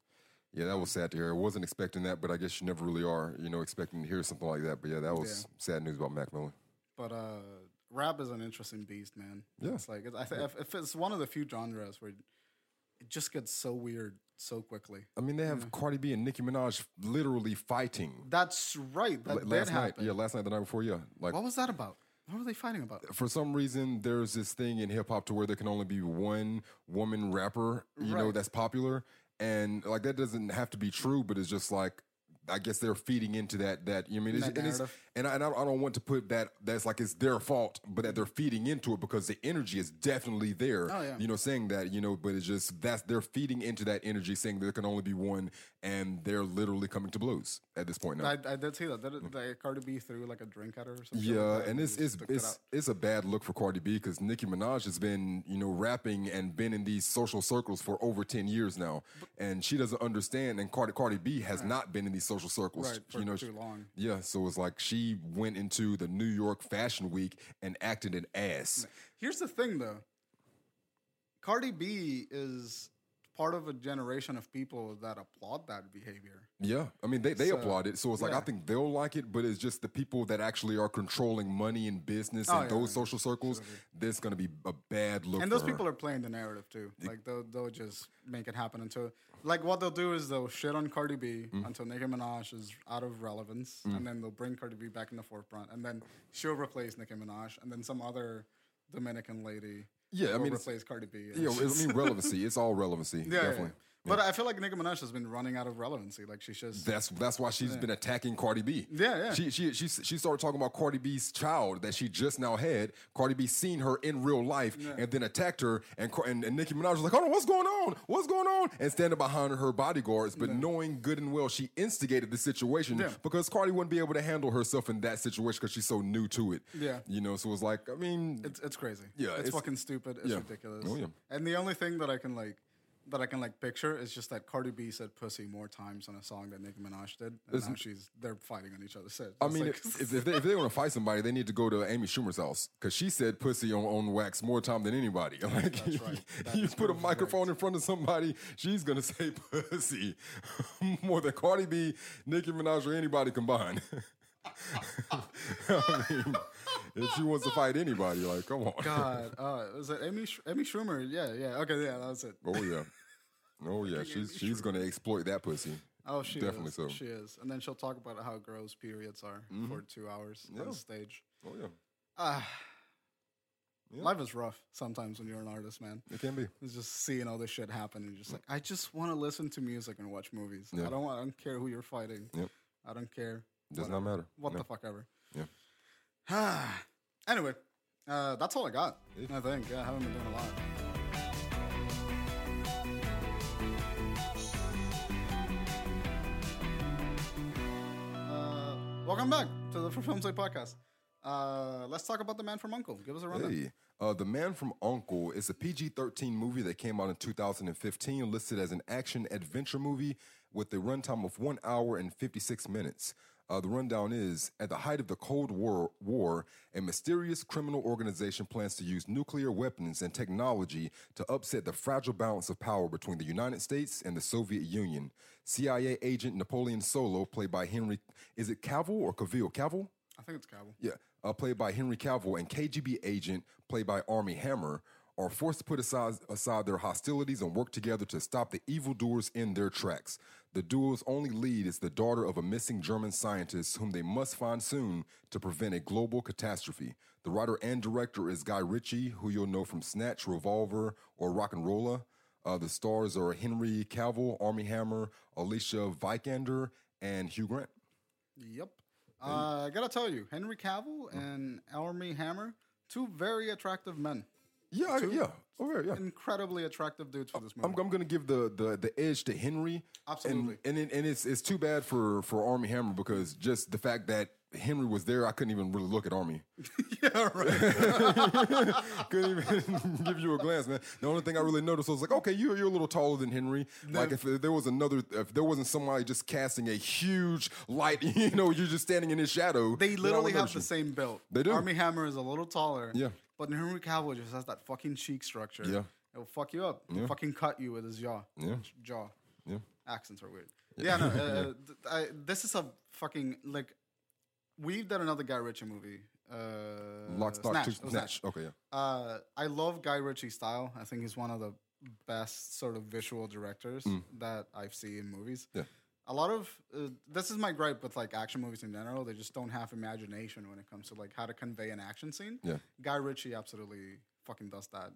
[SPEAKER 2] Yeah, that was sad to hear. I wasn't expecting that, but I guess you never really are, you know, expecting to hear something like that. But yeah, that was sad news about Mac Miller.
[SPEAKER 1] But uh, rap is an interesting beast, man.
[SPEAKER 2] Yeah.
[SPEAKER 1] it's like I th- if, if it's one of the few genres where it just gets so weird so quickly.
[SPEAKER 2] I mean, they have Cardi B and Nicki Minaj literally fighting
[SPEAKER 1] That's right. That
[SPEAKER 2] L-
[SPEAKER 1] did
[SPEAKER 2] last night.
[SPEAKER 1] happen.
[SPEAKER 2] Yeah, last night, the night before. Yeah, like
[SPEAKER 1] What was that about? What were they fighting about?
[SPEAKER 2] for some reason, there's this thing in hip hop to where there can only be one woman rapper, you know,
[SPEAKER 1] Right.
[SPEAKER 2] that's popular, and like that doesn't have to be true, but it's just like. I guess they're feeding into that. That you mean, it's,
[SPEAKER 1] That
[SPEAKER 2] and, it's,
[SPEAKER 1] narrative.
[SPEAKER 2] and, I, and I I don't want to put that. That's like it's their fault, but that they're feeding into it because the energy is definitely there.
[SPEAKER 1] Oh, yeah.
[SPEAKER 2] You know, saying that. You know, but it's just that's they're feeding into that energy, saying there can only be one, and they're literally coming to blows at this point now.
[SPEAKER 1] I, I did see that. Did it, like, Cardi B threw like a drink at her or something?
[SPEAKER 2] Yeah,
[SPEAKER 1] like that
[SPEAKER 2] and it's
[SPEAKER 1] just
[SPEAKER 2] it's
[SPEAKER 1] picked it
[SPEAKER 2] it's,
[SPEAKER 1] out?
[SPEAKER 2] it's a bad look for Cardi B because Nicki Minaj has been you know rapping and been in these social circles for over ten years now, and she doesn't understand. And Cardi Cardi B has not been in these social circles,
[SPEAKER 1] right for
[SPEAKER 2] you know.
[SPEAKER 1] too long.
[SPEAKER 2] Yeah, so it's like she went into the New York Fashion Week and acted an ass.
[SPEAKER 1] Here's the thing, though. Cardi B is part of a generation of people that applaud that behavior.
[SPEAKER 2] Yeah, I mean they, they
[SPEAKER 1] So,
[SPEAKER 2] applaud it, so it's like
[SPEAKER 1] yeah.
[SPEAKER 2] I think they'll like it, but it's just the people that actually are controlling money and business
[SPEAKER 1] Oh,
[SPEAKER 2] and
[SPEAKER 1] yeah,
[SPEAKER 2] those
[SPEAKER 1] yeah,
[SPEAKER 2] social circles. That's going to be a bad look.
[SPEAKER 1] And those
[SPEAKER 2] for her.
[SPEAKER 1] people are playing the narrative too. Like they'll they'll just make it happen until like what they'll do is they'll shit on Cardi B
[SPEAKER 2] Mm-hmm.
[SPEAKER 1] until Nicki Minaj is out of relevance, and then they'll bring Cardi B back in the forefront, and then she'll replace Nicki Minaj, and then some other Dominican lady.
[SPEAKER 2] Yeah, I
[SPEAKER 1] will
[SPEAKER 2] mean, it's-
[SPEAKER 1] replace Cardi B. and
[SPEAKER 2] Yeah,
[SPEAKER 1] it's
[SPEAKER 2] I
[SPEAKER 1] just-
[SPEAKER 2] mean relevancy. It's all relevancy.
[SPEAKER 1] yeah, yeah,
[SPEAKER 2] definitely.
[SPEAKER 1] yeah. But I feel like Nicki Minaj has been running out of relevancy. Like she's just
[SPEAKER 2] That's that's why she's been attacking Cardi B.
[SPEAKER 1] Yeah, yeah.
[SPEAKER 2] She she she she started talking about Cardi B's child that she just now had. Cardi B seen her in real life and then attacked her, and, Car- and and Nicki Minaj was like, "Hold on, what's going on? What's going on?" And standing behind her bodyguards, but knowing good and well she instigated the situation
[SPEAKER 1] Yeah.
[SPEAKER 2] because Cardi wouldn't be able to handle herself in that situation because she's so new to it.
[SPEAKER 1] Yeah.
[SPEAKER 2] you know. So it was like, I mean,
[SPEAKER 1] It's it's crazy.
[SPEAKER 2] Yeah,
[SPEAKER 1] it's,
[SPEAKER 2] it's-
[SPEAKER 1] fucking stupid. It's
[SPEAKER 2] yeah.
[SPEAKER 1] ridiculous.
[SPEAKER 2] Oh, yeah.
[SPEAKER 1] And the only thing that I can like that I can like picture is just that Cardi B said "pussy" more times on a song that Nicki Minaj did, and now she's they're fighting on each other's head.
[SPEAKER 2] I mean, if, if they, if they want to fight somebody, they need to go to Amy Schumer's house because she said pussy on, on wax more time than anybody. Like,
[SPEAKER 1] right. That
[SPEAKER 2] you
[SPEAKER 1] is
[SPEAKER 2] put a
[SPEAKER 1] proven
[SPEAKER 2] microphone in front of somebody, she's going to say pussy more than Cardi B, Nicki Minaj, or anybody combined. I mean, if she wants to fight anybody, like, come on.
[SPEAKER 1] God, uh, was it Amy Sh- Amy Schumer? Yeah, yeah. Okay, yeah, that was it.
[SPEAKER 2] Oh, yeah. Oh, yeah. She's, she's going to exploit that pussy.
[SPEAKER 1] Oh, she
[SPEAKER 2] Definitely
[SPEAKER 1] is.
[SPEAKER 2] so. Mm-hmm.
[SPEAKER 1] She is, and then she'll talk about how girls' periods are for two hours on stage.
[SPEAKER 2] Oh, yeah.
[SPEAKER 1] Ah, life is rough sometimes when you're an artist, man.
[SPEAKER 2] It can be.
[SPEAKER 1] It's just seeing all this shit happen and just like I just want to listen to music and watch movies. I don't want, I don't care who you're fighting.
[SPEAKER 2] Yep.
[SPEAKER 1] I don't care
[SPEAKER 2] Does not matter.
[SPEAKER 1] what the fuck ever.
[SPEAKER 2] Yeah.
[SPEAKER 1] anyway, uh, that's all I got. I think yeah, I haven't been doing a lot. Uh, welcome back to the For Film's Sake podcast. Uh, let's talk about the man from Uncle. Give us a rundown.
[SPEAKER 2] Hey, uh, The Man from Uncle is a PG 13 movie that came out in 2015, listed as an action adventure movie with a runtime of one hour and 56 minutes. Uh, the rundown is At the height of the Cold War, War, a mysterious criminal organization plans to use nuclear weapons and technology to upset the fragile balance of power between the United States and the Soviet Union. CIA agent Napoleon Solo, played by Henry, is it Cavill or Cavill? Cavill?
[SPEAKER 1] I think it's Cavill.
[SPEAKER 2] Yeah, uh, played by Henry Cavill and KGB agent played by Army Hammer are forced to put aside, aside their hostilities and work together to stop the evildoers in their tracks. The duo's only lead is the daughter of a missing German scientist whom they must find soon to prevent a global catastrophe. The writer and director is Guy Ritchie, who you'll know from Snatch, Revolver, or Rock and Rolla. Uh, the stars are Henry Cavill, Army Hammer, Alicia Vikander, and Hugh Grant.
[SPEAKER 1] Yep. Uh, I gotta tell you, Henry Cavill and Army Hammer, two very attractive men.
[SPEAKER 2] Yeah, I, yeah, over yeah.
[SPEAKER 1] Incredibly attractive dudes for this movie.
[SPEAKER 2] I'm, I'm gonna give the, the the edge to Henry.
[SPEAKER 1] Absolutely.
[SPEAKER 2] And and, it, and it's it's too bad for for Army Hammer because just the fact that Henry was there, I couldn't even really look at Army.
[SPEAKER 1] yeah, right.
[SPEAKER 2] couldn't even give you a glance, man. The only thing I really noticed was like, okay, you you're a little taller than Henry. Like if there was another, if there wasn't somebody just casting a huge light, you know, you're just standing in his shadow.
[SPEAKER 1] They
[SPEAKER 2] then I
[SPEAKER 1] literally
[SPEAKER 2] would
[SPEAKER 1] have
[SPEAKER 2] notice
[SPEAKER 1] the
[SPEAKER 2] you.
[SPEAKER 1] same build.
[SPEAKER 2] They do.
[SPEAKER 1] Army Hammer is a little taller.
[SPEAKER 2] Yeah.
[SPEAKER 1] But Henry Cavill just has that fucking cheek structure.
[SPEAKER 2] Yeah.
[SPEAKER 1] It'll fuck you up. He'll fucking cut you with his jaw.
[SPEAKER 2] Yeah.
[SPEAKER 1] J- Jaw.
[SPEAKER 2] Yeah.
[SPEAKER 1] Accents are weird. Yeah, no. Uh, th- I, this is a fucking like. We did another Guy Ritchie movie. Uh,
[SPEAKER 2] Lock, stock,
[SPEAKER 1] Snatch.
[SPEAKER 2] two-
[SPEAKER 1] It was
[SPEAKER 2] snatch. Okay, yeah.
[SPEAKER 1] uh, I love Guy Ritchie's style. I think he's one of the best sort of visual directors that I've seen in movies.
[SPEAKER 2] Mm. Yeah.
[SPEAKER 1] A lot of uh, this is my gripe with like action movies in general. They just don't have imagination when it comes to like how to convey an action scene.
[SPEAKER 2] Yeah.
[SPEAKER 1] Guy Ritchie absolutely fucking does that.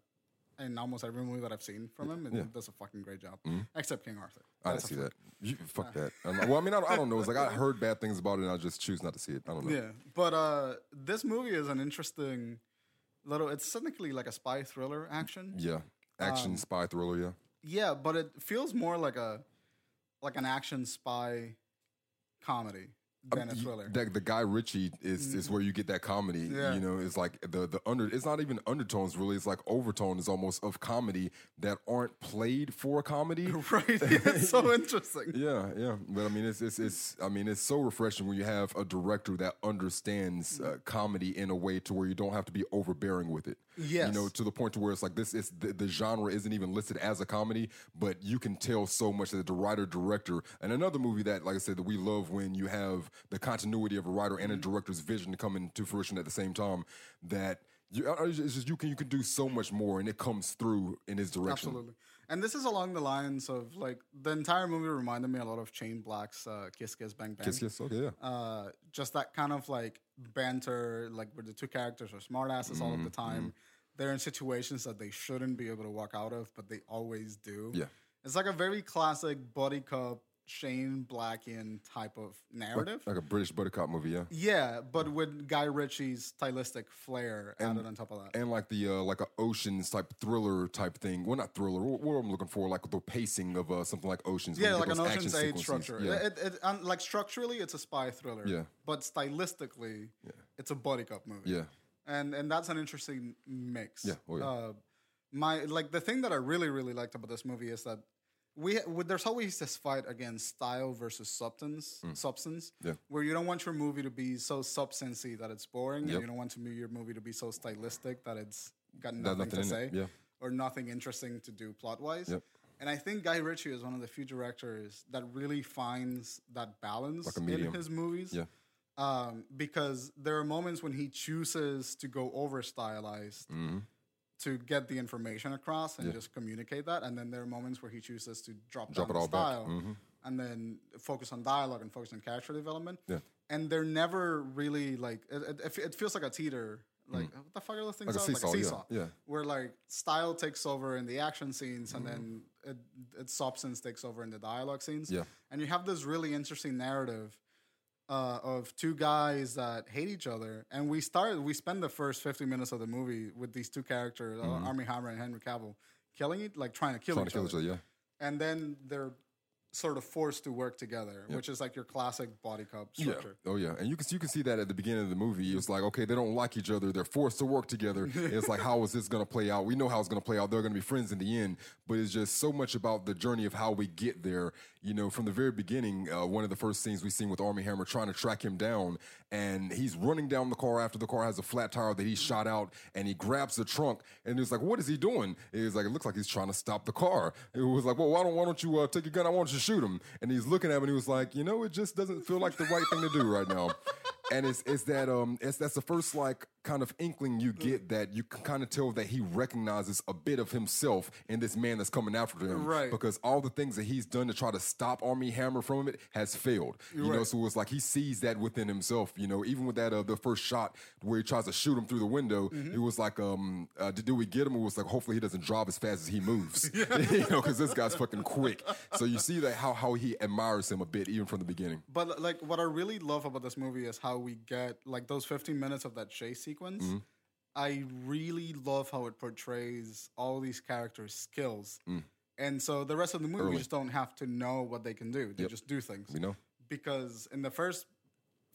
[SPEAKER 1] In almost every movie that I've seen from him, and does a fucking great job. Except King Arthur.
[SPEAKER 2] Mm-hmm. I didn't see that. You, fuck that. I'm like- well, I mean, I don't, I don't know. It's like I heard bad things about it, and I just choose not to see it. I don't know.
[SPEAKER 1] Yeah, but uh, this movie is an interesting little. It's technically like a spy thriller action.
[SPEAKER 2] Yeah. Action
[SPEAKER 1] Um,
[SPEAKER 2] spy thriller. Yeah.
[SPEAKER 1] Yeah, but it feels more like a like an action spy comedy than a
[SPEAKER 2] You-
[SPEAKER 1] thriller. Mm-hmm.
[SPEAKER 2] That the Guy Ritchie is is where you get that comedy.
[SPEAKER 1] Yeah.
[SPEAKER 2] You know, it's like the the under. It's not even undertones really. It's like overtones almost of comedy that aren't played for comedy.
[SPEAKER 1] right? It's so interesting.
[SPEAKER 2] Yeah, yeah, but I mean, it's it's it's. I mean, it's so refreshing when you have a director that understands
[SPEAKER 1] Mm-hmm.
[SPEAKER 2] uh, comedy in a way to where you don't have to be overbearing with it. you
[SPEAKER 1] Yes.
[SPEAKER 2] know, to the point to where it's like this is the, the genre isn't even listed as a comedy, but you can tell so much that the writer director and another movie that, like I said, that we love when you have the continuity of a writer and a
[SPEAKER 1] Mm-hmm.
[SPEAKER 2] director's vision to come into fruition at the same time. That you, uh, it's just you can you can do so much more, and it comes through in his direction.
[SPEAKER 1] Absolutely. And this is along the lines of like the entire movie reminded me a lot of Shane Black's uh, Kiss Kiss Bang Bang.
[SPEAKER 2] Yes, yes, okay, yeah.
[SPEAKER 1] Uh, just that kind of like banter, like where the two characters are smartasses all of
[SPEAKER 2] Mm-hmm,
[SPEAKER 1] the time. They're in situations that they shouldn't be able to walk out of, but they always do.
[SPEAKER 2] Yeah.
[SPEAKER 1] It's like a very classic buddy cop Shane Blackian type of narrative.
[SPEAKER 2] Like a British buttercup movie, yeah.
[SPEAKER 1] Yeah, but with Guy Ritchie's stylistic flair added on top of that.
[SPEAKER 2] and like the uh, like a oceans type thriller type thing. Well, not thriller. What, what I'm looking for, like the pacing of uh, something like oceans. when
[SPEAKER 1] Yeah,
[SPEAKER 2] you
[SPEAKER 1] like
[SPEAKER 2] get
[SPEAKER 1] an
[SPEAKER 2] those
[SPEAKER 1] Ocean's
[SPEAKER 2] action
[SPEAKER 1] Eight
[SPEAKER 2] sequences.
[SPEAKER 1] structure.
[SPEAKER 2] Yeah.
[SPEAKER 1] It, it, and like structurally, it's a spy thriller.
[SPEAKER 2] Yeah.
[SPEAKER 1] But stylistically, it's a buddy cop movie.
[SPEAKER 2] yeah,
[SPEAKER 1] And and that's an interesting mix.
[SPEAKER 2] Yeah, oh yeah.
[SPEAKER 1] Uh, my like the thing that I really really liked about this movie is that we with, there's always this fight against style versus substance substance.
[SPEAKER 2] Mm. Yeah.
[SPEAKER 1] Where you don't want your movie to be so substancey that it's boring,
[SPEAKER 2] Yep.
[SPEAKER 1] and you don't want to be, your movie to be so stylistic that it's got
[SPEAKER 2] There's
[SPEAKER 1] nothing,
[SPEAKER 2] nothing
[SPEAKER 1] to
[SPEAKER 2] in
[SPEAKER 1] say
[SPEAKER 2] it. Yeah,
[SPEAKER 1] or nothing interesting to do plot wise.
[SPEAKER 2] Yep.
[SPEAKER 1] And I think Guy Ritchie is one of the few directors that really finds that balance
[SPEAKER 2] a
[SPEAKER 1] in
[SPEAKER 2] medium.
[SPEAKER 1] his movies.
[SPEAKER 2] Yeah.
[SPEAKER 1] Um, because there are moments when he chooses to go over stylized
[SPEAKER 2] Mm-hmm.
[SPEAKER 1] to get the information across and just communicate that. And then there are moments where he chooses to drop,
[SPEAKER 2] Drop
[SPEAKER 1] down
[SPEAKER 2] it
[SPEAKER 1] the
[SPEAKER 2] all back. Mm-hmm.
[SPEAKER 1] style and then focus on dialogue and focus on character development.
[SPEAKER 2] Yeah.
[SPEAKER 1] And they're never really like, it, it- it, it feels like a teeter. Like, what the fuck are those things?
[SPEAKER 2] Mm. Like a
[SPEAKER 1] out?
[SPEAKER 2] seesaw, yeah, yeah.
[SPEAKER 1] Where like style takes over in the action scenes, and then it, it substance takes over in the dialogue scenes.
[SPEAKER 2] Yeah.
[SPEAKER 1] and you have this really interesting narrative uh, of two guys that hate each other, and we start we spend the first fifty minutes of the movie with these two characters, uh, Army Hammer and Henry Cavill, killing it, like Mm-hmm. trying to kill,
[SPEAKER 2] trying
[SPEAKER 1] each,
[SPEAKER 2] to kill
[SPEAKER 1] other.
[SPEAKER 2] each other. Yeah,
[SPEAKER 1] and then their sort of forced to work together, which is like your classic body cup
[SPEAKER 2] Yeah.
[SPEAKER 1] structure.
[SPEAKER 2] Oh yeah. And you can you can see that at the beginning of the movie. It's like okay, they don't like each other. They're forced to work together. it's like how is this going to play out? We know how it's going to play out. They're going to be friends in the end. But it's just so much about the journey of how we get there. You know, from the very beginning, uh, one of the first scenes we seen with Army Hammer trying to track him down, and he's running down the car after the car has a flat tire that he shot out, and he grabs the trunk, and it's like, what is he doing? And he's like, it looks like he's trying to stop the car. It was like, well, why don't why don't you uh, take your gun? I want you to shoot him. And he's looking at him, and he was like, you know, it just doesn't feel like the right thing to do right now. And it's it's that um it's that's the first like kind of inkling you get that you can kind of tell that he recognizes a bit of himself in this man that's coming after him,
[SPEAKER 1] Right.
[SPEAKER 2] Because all the things that he's done to try to stop Army Hammer from it has failed. you know,
[SPEAKER 1] right.
[SPEAKER 2] so it's like he sees that within himself. You know, even with that uh, the first shot where he tries to shoot him through the window,
[SPEAKER 1] Mm-hmm.
[SPEAKER 2] it was like um uh, did, did we get him? It was like hopefully he doesn't drive as fast as he moves, you know, because this guy's fucking quick. So you see that how how he admires him a bit even from the beginning.
[SPEAKER 1] But like what I really love about this movie is how we get like those 15 minutes of that chase sequence. I really love how it portrays all these characters' skills. And so the rest of the movie we just don't have to know what they can do. They just do things.
[SPEAKER 2] You know.
[SPEAKER 1] Because in the first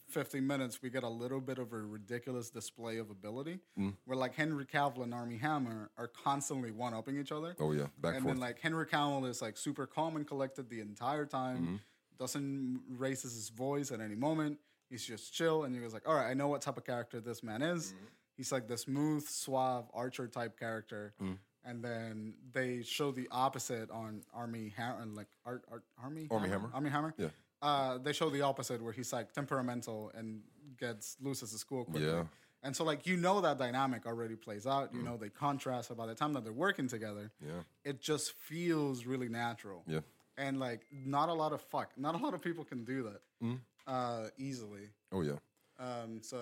[SPEAKER 1] 15 minutes we get a little bit of a ridiculous display of ability where like Henry Cavill and Army Hammer are constantly one-upping each other
[SPEAKER 2] Oh yeah, back
[SPEAKER 1] and
[SPEAKER 2] forth.
[SPEAKER 1] then like Henry Cavill is like super calm and collected the entire time,
[SPEAKER 2] Mm-hmm.
[SPEAKER 1] doesn't raises his voice at any moment. He's just chill, and you're just like, all right, I know what type of character this man is.
[SPEAKER 2] Mm-hmm.
[SPEAKER 1] He's like this smooth, suave archer type character.
[SPEAKER 2] Mm.
[SPEAKER 1] And then they show the opposite on Army Hammer, like Ar- Ar- Army
[SPEAKER 2] Army Hammer.
[SPEAKER 1] Army Hammer.
[SPEAKER 2] Yeah.
[SPEAKER 1] Uh, they show the opposite where he's like temperamental and gets loses his cool quickly.
[SPEAKER 2] Yeah. Mm.
[SPEAKER 1] And so like you know that dynamic already plays out. You know they contrast. So by the time that they're working together,
[SPEAKER 2] Yeah.
[SPEAKER 1] it just feels really natural.
[SPEAKER 2] yeah.
[SPEAKER 1] And like not a lot of fuck, not a lot of people can do that
[SPEAKER 2] Mm.
[SPEAKER 1] uh, easily.
[SPEAKER 2] Oh yeah.
[SPEAKER 1] Um, so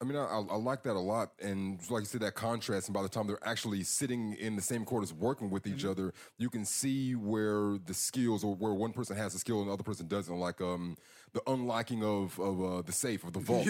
[SPEAKER 2] I mean, I, I I like that a lot, and like you said, that contrast. And by the time they're actually sitting in the same quarters working with each other, you can see where the skills or where one person has a skill and the other person doesn't. Like um, the unlocking of of uh, the safe of the vault.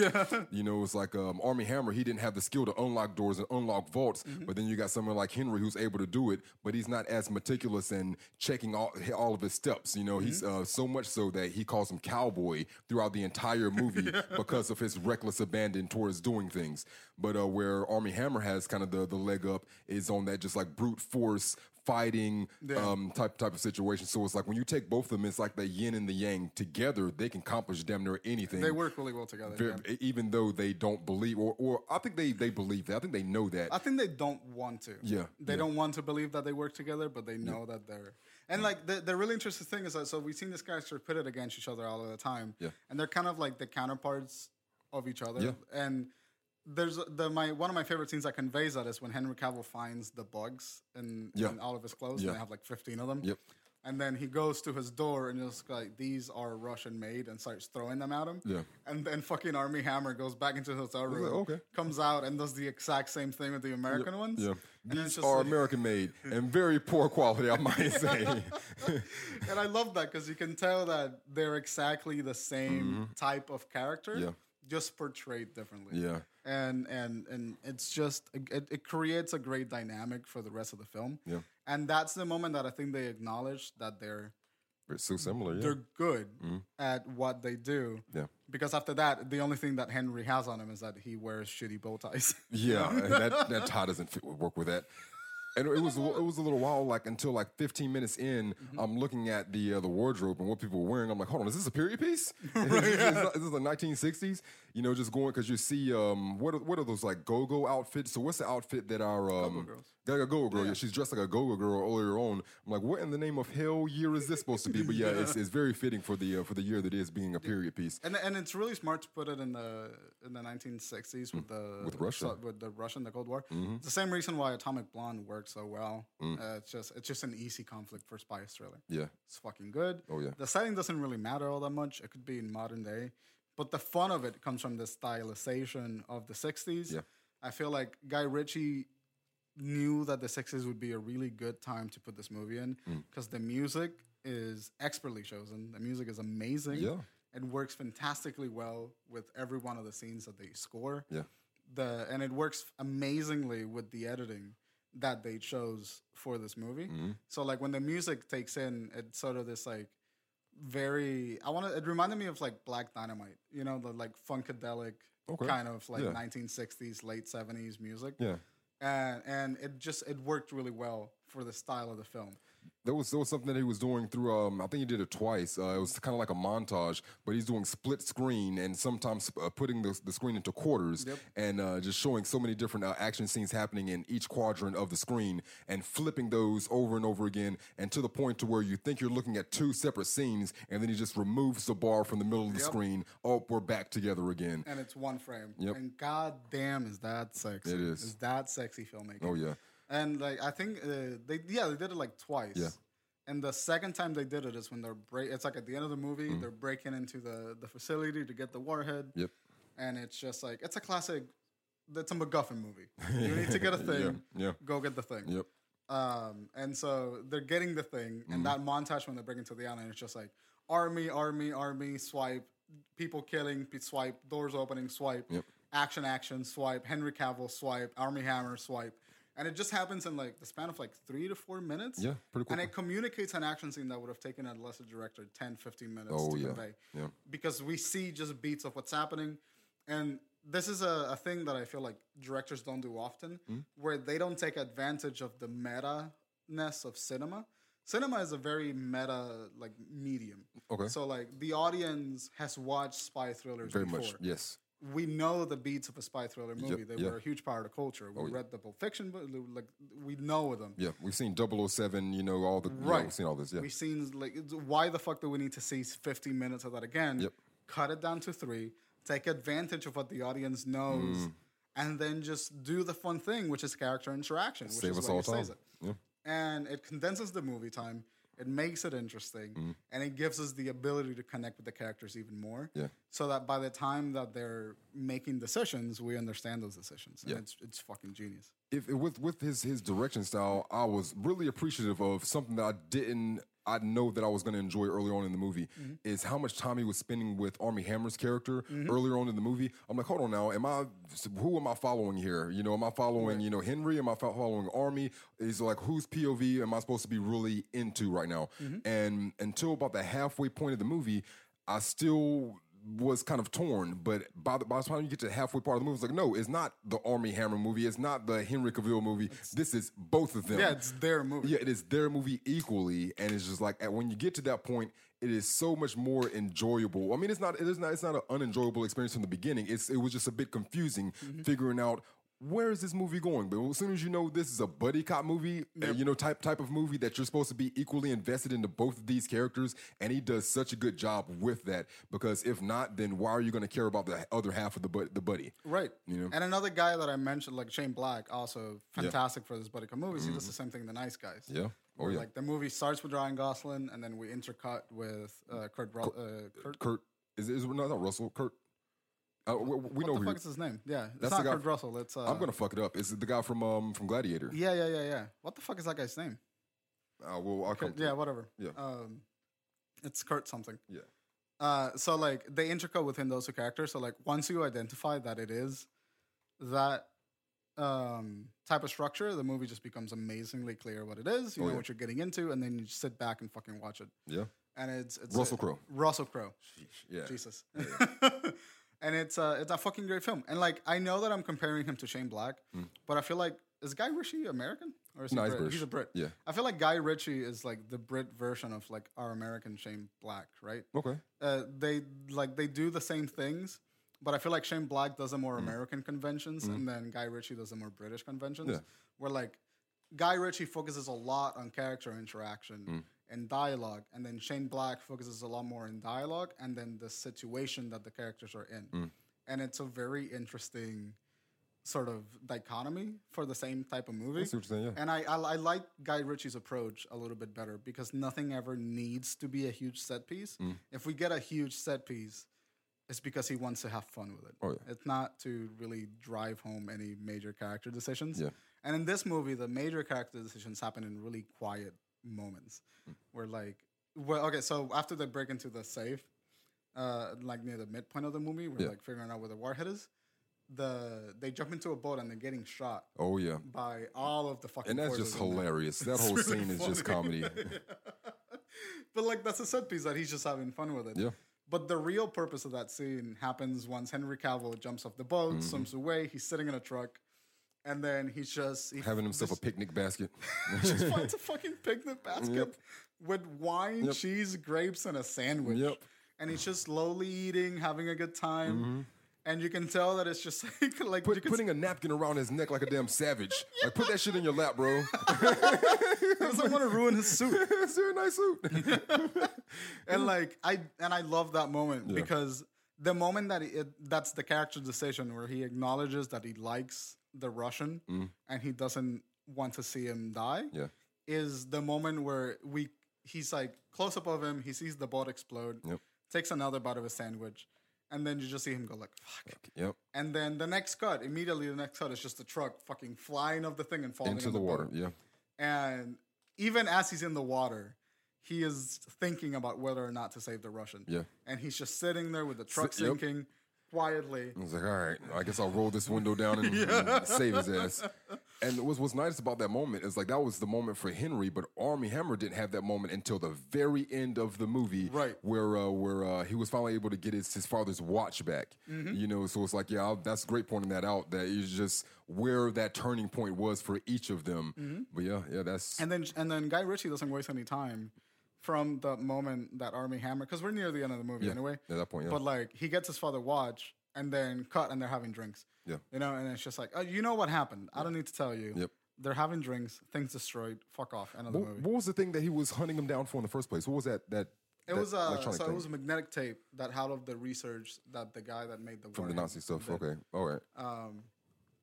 [SPEAKER 2] You know, it's like um, Army Hammer. He didn't have the skill to unlock doors and unlock vaults, but then you got someone like Henry who's able to do it, but he's not as meticulous in checking all all of his steps. You know, he's
[SPEAKER 1] Mm-hmm.
[SPEAKER 2] uh, so much so that he calls him cowboy throughout the entire movie because of his reckless abandon towards doing things. But uh, where Army Hammer has kind of the the leg up is on that just like brute force fighting um, type type of situation. So it's like when you take both of them, it's like the yin and the yang together. They can accomplish damn near anything
[SPEAKER 1] they work really well together.
[SPEAKER 2] ver-
[SPEAKER 1] yeah.
[SPEAKER 2] even though they don't believe, or, or I think they, they believe that. I think they know that.
[SPEAKER 1] I think they don't want to.
[SPEAKER 2] Yeah,
[SPEAKER 1] They
[SPEAKER 2] yeah.
[SPEAKER 1] don't want to believe that they work together, but they know that they're. And like the, the really interesting thing is that so we've seen these characters pit it against each other all of the time.
[SPEAKER 2] Yeah.
[SPEAKER 1] And they're kind of like the counterparts of each other.
[SPEAKER 2] Yeah.
[SPEAKER 1] And there's the my one of my favorite scenes that conveys that is when Henry Cavill finds the bugs in,
[SPEAKER 2] Yeah.
[SPEAKER 1] in all of his clothes.
[SPEAKER 2] Yeah.
[SPEAKER 1] And they have like 15 of them.
[SPEAKER 2] Yep.
[SPEAKER 1] And then he goes to his door and just like these are Russian made and starts throwing them at him.
[SPEAKER 2] Yeah.
[SPEAKER 1] And then fucking Army Hammer goes back into his hotel room,
[SPEAKER 2] okay.
[SPEAKER 1] comes out and does the exact same thing with the American ones.
[SPEAKER 2] yeah,
[SPEAKER 1] And, it's
[SPEAKER 2] these
[SPEAKER 1] just
[SPEAKER 2] are
[SPEAKER 1] like-
[SPEAKER 2] American made and very poor quality, I might say.
[SPEAKER 1] and I love that because you can tell that they're exactly the same type of character,
[SPEAKER 2] Mm-hmm. Yeah.
[SPEAKER 1] just portrayed differently.
[SPEAKER 2] yeah,
[SPEAKER 1] and and and it's just it, it creates a great dynamic for the rest of the film.
[SPEAKER 2] Yeah.
[SPEAKER 1] and that's the moment that I think they acknowledge that they're
[SPEAKER 2] They're so similar. Yeah, Mm-hmm.
[SPEAKER 1] they're good at what they do.
[SPEAKER 2] yeah,
[SPEAKER 1] Because after that, the only thing that Henry has on him is that he wears shitty bow ties.
[SPEAKER 2] yeah. and that that tie doesn't fit, work with that. And it was it was a little while, like until like 15 minutes in, I'm looking at the uh, the wardrobe and what people were wearing. I'm like, hold on, is this a period piece? is, this, is this the 1960s? You know, just going because you see um what are, what are those like go-go outfits? So what's the outfit that our um
[SPEAKER 1] girls.
[SPEAKER 2] like a go-go girl? Yeah. she's dressed like a go-go girl earlier on. I'm like, what in the name of hell year is this supposed to be? But yeah, it's, it's very fitting for the uh, for the year that is being a period piece.
[SPEAKER 1] And and it's really smart to put it in the in the 1960s with the
[SPEAKER 2] Mm. With Russia. Mm-hmm.
[SPEAKER 1] so- with the Russian the Cold War. It's the same reason why Atomic Blonde worked so well.
[SPEAKER 2] Mm.
[SPEAKER 1] Uh, it's just it's just an easy conflict for spy thriller.
[SPEAKER 2] Yeah,
[SPEAKER 1] It's fucking good.
[SPEAKER 2] Oh, yeah.
[SPEAKER 1] The setting doesn't really matter all that much. It could be in modern day, but the fun of it comes from the stylization of the 60s.
[SPEAKER 2] Yeah.
[SPEAKER 1] I feel like Guy Ritchie knew that the 60s would be a really good time to put this movie in
[SPEAKER 2] Mm.
[SPEAKER 1] because the music is expertly chosen. The music is amazing.
[SPEAKER 2] Yeah.
[SPEAKER 1] It works fantastically well with every one of the scenes that they score.
[SPEAKER 2] yeah,
[SPEAKER 1] The and it works amazingly with the editing that they
[SPEAKER 2] Mm-hmm.
[SPEAKER 1] chose for this movie. So like when the music takes in, it's sort of this like very. I want to. It reminded me of like Black Dynamite. You know, the like funkadelic
[SPEAKER 2] Okay.
[SPEAKER 1] kind of like
[SPEAKER 2] Yeah.
[SPEAKER 1] 1960s, late 70s music.
[SPEAKER 2] Yeah.
[SPEAKER 1] And and it just it worked really well for the style of the film.
[SPEAKER 2] There was there was something that he was doing through. Um, I think he did it twice. Uh, it was kind of like a montage, but he's doing split screen and sometimes uh, putting the, the screen into quarters and uh, just showing so many different uh, action scenes happening in each quadrant of the screen and flipping those over and over again, and to the point to where you think you're looking at two separate scenes, and then he just removes the bar from the middle of the screen. Oh, we're back together again.
[SPEAKER 1] And it's one frame.
[SPEAKER 2] Yep.
[SPEAKER 1] And goddamn, is that sexy?
[SPEAKER 2] It is.
[SPEAKER 1] Is that sexy filmmaking?
[SPEAKER 2] Oh yeah,
[SPEAKER 1] And like I think uh, they yeah they did it like twice.
[SPEAKER 2] Yeah.
[SPEAKER 1] And the second time they did it is when they're break. It's like at the end of the movie they're breaking into the the facility to get the warhead.
[SPEAKER 2] Mm-hmm. Yep.
[SPEAKER 1] And it's just like it's a classic. It's a MacGuffin movie. You need to get a thing.
[SPEAKER 2] yeah.
[SPEAKER 1] Go get the thing.
[SPEAKER 2] Yep.
[SPEAKER 1] Um, and so they're getting the thing,
[SPEAKER 2] Mm-hmm.
[SPEAKER 1] and that montage when they break into the island, it's just like army, army, army, swipe, people killing, pe- swipe, doors opening, swipe,
[SPEAKER 2] Yep.
[SPEAKER 1] action, action, swipe, Henry Cavill, swipe, army hammer, swipe. And it just happens in like the span of like three to four minutes.
[SPEAKER 2] Yeah,
[SPEAKER 1] And
[SPEAKER 2] pretty quickly.
[SPEAKER 1] it communicates an action scene that would have taken a lesser director 10, 15 minutes
[SPEAKER 2] Oh,
[SPEAKER 1] to
[SPEAKER 2] yeah.
[SPEAKER 1] convey.
[SPEAKER 2] Yeah.
[SPEAKER 1] Because we see just beats of what's happening. And this is a, a thing that I feel like directors don't do often,
[SPEAKER 2] Hmm?
[SPEAKER 1] where they don't take advantage of the meta ness of cinema. Cinema is a very meta like medium.
[SPEAKER 2] Okay.
[SPEAKER 1] So like the audience has watched spy thrillers
[SPEAKER 2] very
[SPEAKER 1] before.
[SPEAKER 2] much. Yes.
[SPEAKER 1] We know the beats of a spy thriller movie. they
[SPEAKER 2] yeah. Oh,
[SPEAKER 1] were a huge part of culture. We read the Pulp Fiction book. Like we know them.
[SPEAKER 2] Yeah, we've seen 007, you know, all the you know,
[SPEAKER 1] Right.
[SPEAKER 2] we've seen all this. Yeah.
[SPEAKER 1] We've seen like it's- why the fuck do we need to see 50 minutes of that again?
[SPEAKER 2] Yep.
[SPEAKER 1] Cut it down to three. Take advantage of what the audience knows,
[SPEAKER 2] Mm.
[SPEAKER 1] and then just do the fun thing, which is character interaction, which
[SPEAKER 2] Save
[SPEAKER 1] is
[SPEAKER 2] us
[SPEAKER 1] what
[SPEAKER 2] all
[SPEAKER 1] he says
[SPEAKER 2] time.
[SPEAKER 1] it. And it condenses the movie time. It makes it interesting,
[SPEAKER 2] Mm.
[SPEAKER 1] and it gives us the ability to connect with the characters even more.
[SPEAKER 2] Yeah.
[SPEAKER 1] So that by the time that they're making decisions, we understand those decisions. And it's it's fucking genius.
[SPEAKER 2] if with with his his direction style, I was really appreciative of something that I didn't I know that I was going to enjoy earlier on in the movie is how much time he was spending with Army Hammer's character earlier on in the movie. I'm like, hold on now, am I who am I following here? You know, am I following you know Henry? Am I fo- following Army? Is like whose POV am I supposed to be really into right now? And until about the halfway point of the movie, I still was kind of torn, but by the, by the time you get to the halfway part of the movie, it's like, no, it's not the Army Hammer movie. It's not the Henry Cavill movie. this is both of them.
[SPEAKER 1] Yeah, it's their movie.
[SPEAKER 2] Yeah, it is their movie equally, and it's just like at- when you get to that point, it is so much more enjoyable. I mean, it's not it is not it's not an unenjoyable experience from the beginning. It's it was just a bit confusing
[SPEAKER 1] Mm-hmm.
[SPEAKER 2] figuring out where is this movie going. But as soon as you know this is a buddy cop movie, uh, you know type type of movie that you're supposed to be equally invested into both of these characters, and he does such a good job with that. Because if not, then why are you going to care about the other half of the bu- the buddy?
[SPEAKER 1] Right.
[SPEAKER 2] You know?
[SPEAKER 1] And another guy that I mentioned, like Shane Black, also fantastic for this buddy cop movies. He does the same thing in The Nice Guys.
[SPEAKER 2] Mm-hmm. Yeah. Oh
[SPEAKER 1] Where,
[SPEAKER 2] yeah.
[SPEAKER 1] Like the movie starts with Ryan Gosling, and then we intercut with uh, Kurt. Bra- uh, Kurt.
[SPEAKER 2] Kurt is is no not Russell Kurt. Uh, we we know
[SPEAKER 1] What the
[SPEAKER 2] who
[SPEAKER 1] fuck is his name? Yeah, it's
[SPEAKER 2] That's
[SPEAKER 1] not
[SPEAKER 2] the guy
[SPEAKER 1] Kurt
[SPEAKER 2] from-
[SPEAKER 1] Russell. It's uh,
[SPEAKER 2] I'm gonna fuck it up. Is it the guy from um from Gladiator?
[SPEAKER 1] Yeah, yeah, yeah, yeah. What the fuck is that guy's name?
[SPEAKER 2] Uh, well, I'll come.
[SPEAKER 1] Kurt, yeah, whatever.
[SPEAKER 2] Yeah.
[SPEAKER 1] Um, it's Kurt something.
[SPEAKER 2] yeah.
[SPEAKER 1] Uh, so like they intercut within those two characters. So like once you identify that it is that um, type of structure, the movie just becomes amazingly clear what it is. You know
[SPEAKER 2] Oh, yeah.
[SPEAKER 1] what you're getting into, and then you just sit back and fucking watch it.
[SPEAKER 2] Yeah.
[SPEAKER 1] And it's it's
[SPEAKER 2] Russell Crowe.
[SPEAKER 1] Russell Crowe.
[SPEAKER 2] Yeah.
[SPEAKER 1] Jesus. and it's uh, it's a fucking great film. And like I know that I'm comparing him to Shane Black, but I feel like is Guy Ritchie American or is he
[SPEAKER 2] Mm. No, he's
[SPEAKER 1] Brit?
[SPEAKER 2] British.
[SPEAKER 1] He's a Brit.
[SPEAKER 2] Yeah.
[SPEAKER 1] I feel like Guy Ritchie is like the Brit version of like our American Shane Black, right?
[SPEAKER 2] Okay.
[SPEAKER 1] uh, they like they do the same things, but I feel like Shane Black does the more American conventions, and then Guy Ritchie does the more British conventions. Where like Guy Ritchie focuses a lot on character interaction and dialogue, and then Shane Black focuses a lot more in dialogue and then the situation that the characters are in, and it's a very interesting sort of dichotomy for the same type of movie.
[SPEAKER 2] see what you're saying, yeah.
[SPEAKER 1] And I, I I like Guy Ritchie's approach a little bit better because nothing ever needs to be a huge set piece.
[SPEAKER 2] Mm.
[SPEAKER 1] If we get a huge set piece, it's because he wants to have fun with it.
[SPEAKER 2] Oh, yeah.
[SPEAKER 1] It's not to really drive home any major character decisions.
[SPEAKER 2] Yeah.
[SPEAKER 1] And in this movie, the major character decisions happen in really quiet moments
[SPEAKER 2] Hmm.
[SPEAKER 1] where like well okay, so after they break into the safe, uh like near the midpoint of the movie, we're
[SPEAKER 2] Yeah.
[SPEAKER 1] like figuring out where the warhead is. The they jump into a boat and they're getting shot
[SPEAKER 2] Oh yeah.
[SPEAKER 1] by all of the fucking.
[SPEAKER 2] And that's just
[SPEAKER 1] forces in there.
[SPEAKER 2] hilarious. That whole
[SPEAKER 1] It's really
[SPEAKER 2] scene is just
[SPEAKER 1] funny.
[SPEAKER 2] comedy.
[SPEAKER 1] but like that's a set piece that he's just having fun with it.
[SPEAKER 2] Yeah.
[SPEAKER 1] But the real purpose of that scene happens once Henry Cavill jumps off the boat,
[SPEAKER 2] Mm-hmm.
[SPEAKER 1] swims away. He's sitting in a truck, and then he's just he
[SPEAKER 2] Having himself a picnic basket.
[SPEAKER 1] just finds a fucking picnic basket with wine, cheese, grapes, and a sandwich.
[SPEAKER 2] Yep. Mm-hmm.
[SPEAKER 1] And he's just slowly eating, having a good time. And you can tell that it's just like, like you
[SPEAKER 2] Put,
[SPEAKER 1] can
[SPEAKER 2] putting a napkin around his neck like a damn savage. Like put that shit in your lap, bro.
[SPEAKER 1] he doesn't want to ruin his suit.
[SPEAKER 2] it's a very nice suit.
[SPEAKER 1] And like I and I love that moment because the moment that it, that's the character decision where he acknowledges that he likes the Russian and he doesn't want to see him die
[SPEAKER 2] Mm. yeah.
[SPEAKER 1] is the moment where we he's like close up of him, he sees the boat explode,
[SPEAKER 2] Yep.
[SPEAKER 1] takes another bite of his sandwich, and then you just see him go like fuck.
[SPEAKER 2] Yep.
[SPEAKER 1] And then the next cut, immediately the next cut is just the truck fucking flying off the thing and falling
[SPEAKER 2] Into
[SPEAKER 1] in
[SPEAKER 2] the
[SPEAKER 1] boat.
[SPEAKER 2] water. Yeah.
[SPEAKER 1] And even as he's in the water, he is thinking about whether or not to save the Russian.
[SPEAKER 2] Yeah.
[SPEAKER 1] And he's just sitting there with the truck
[SPEAKER 2] yep.
[SPEAKER 1] sinking quietly.
[SPEAKER 2] I was like, all right, I guess I'll roll this window down and, and save his ass. And what's, what's nice about that moment is like that was the moment for Henry, but Army Hammer didn't have that moment until the very end of the movie,
[SPEAKER 1] Right.
[SPEAKER 2] Where uh, where uh, he was finally able to get his, his father's watch back,
[SPEAKER 1] Mm-hmm.
[SPEAKER 2] you know. So it's like, yeah, I'll, that's great pointing that out. That is just where that turning point was for each of them.
[SPEAKER 1] Mm-hmm.
[SPEAKER 2] But yeah, yeah, that's
[SPEAKER 1] And then and then Guy Ritchie doesn't waste any time from the moment that Army Hammer because we're near the end of the movie anyway.
[SPEAKER 2] at that point, yeah.
[SPEAKER 1] But like he gets his father watch and then cut and they're having drinks.
[SPEAKER 2] Yeah.
[SPEAKER 1] You know, and it's just like, oh, you know what happened. I don't need to tell you.
[SPEAKER 2] Yep.
[SPEAKER 1] They're having drinks, things destroyed, fuck off, end of the
[SPEAKER 2] Wh-
[SPEAKER 1] movie.
[SPEAKER 2] what was the thing that he was hunting him down for in the first place? What was that? That
[SPEAKER 1] It was uh, so
[SPEAKER 2] electronic
[SPEAKER 1] it
[SPEAKER 2] thing?
[SPEAKER 1] was magnetic tape that out of the research that the guy that made the
[SPEAKER 2] the
[SPEAKER 1] warhead
[SPEAKER 2] Nazi stuff. Okay, all right.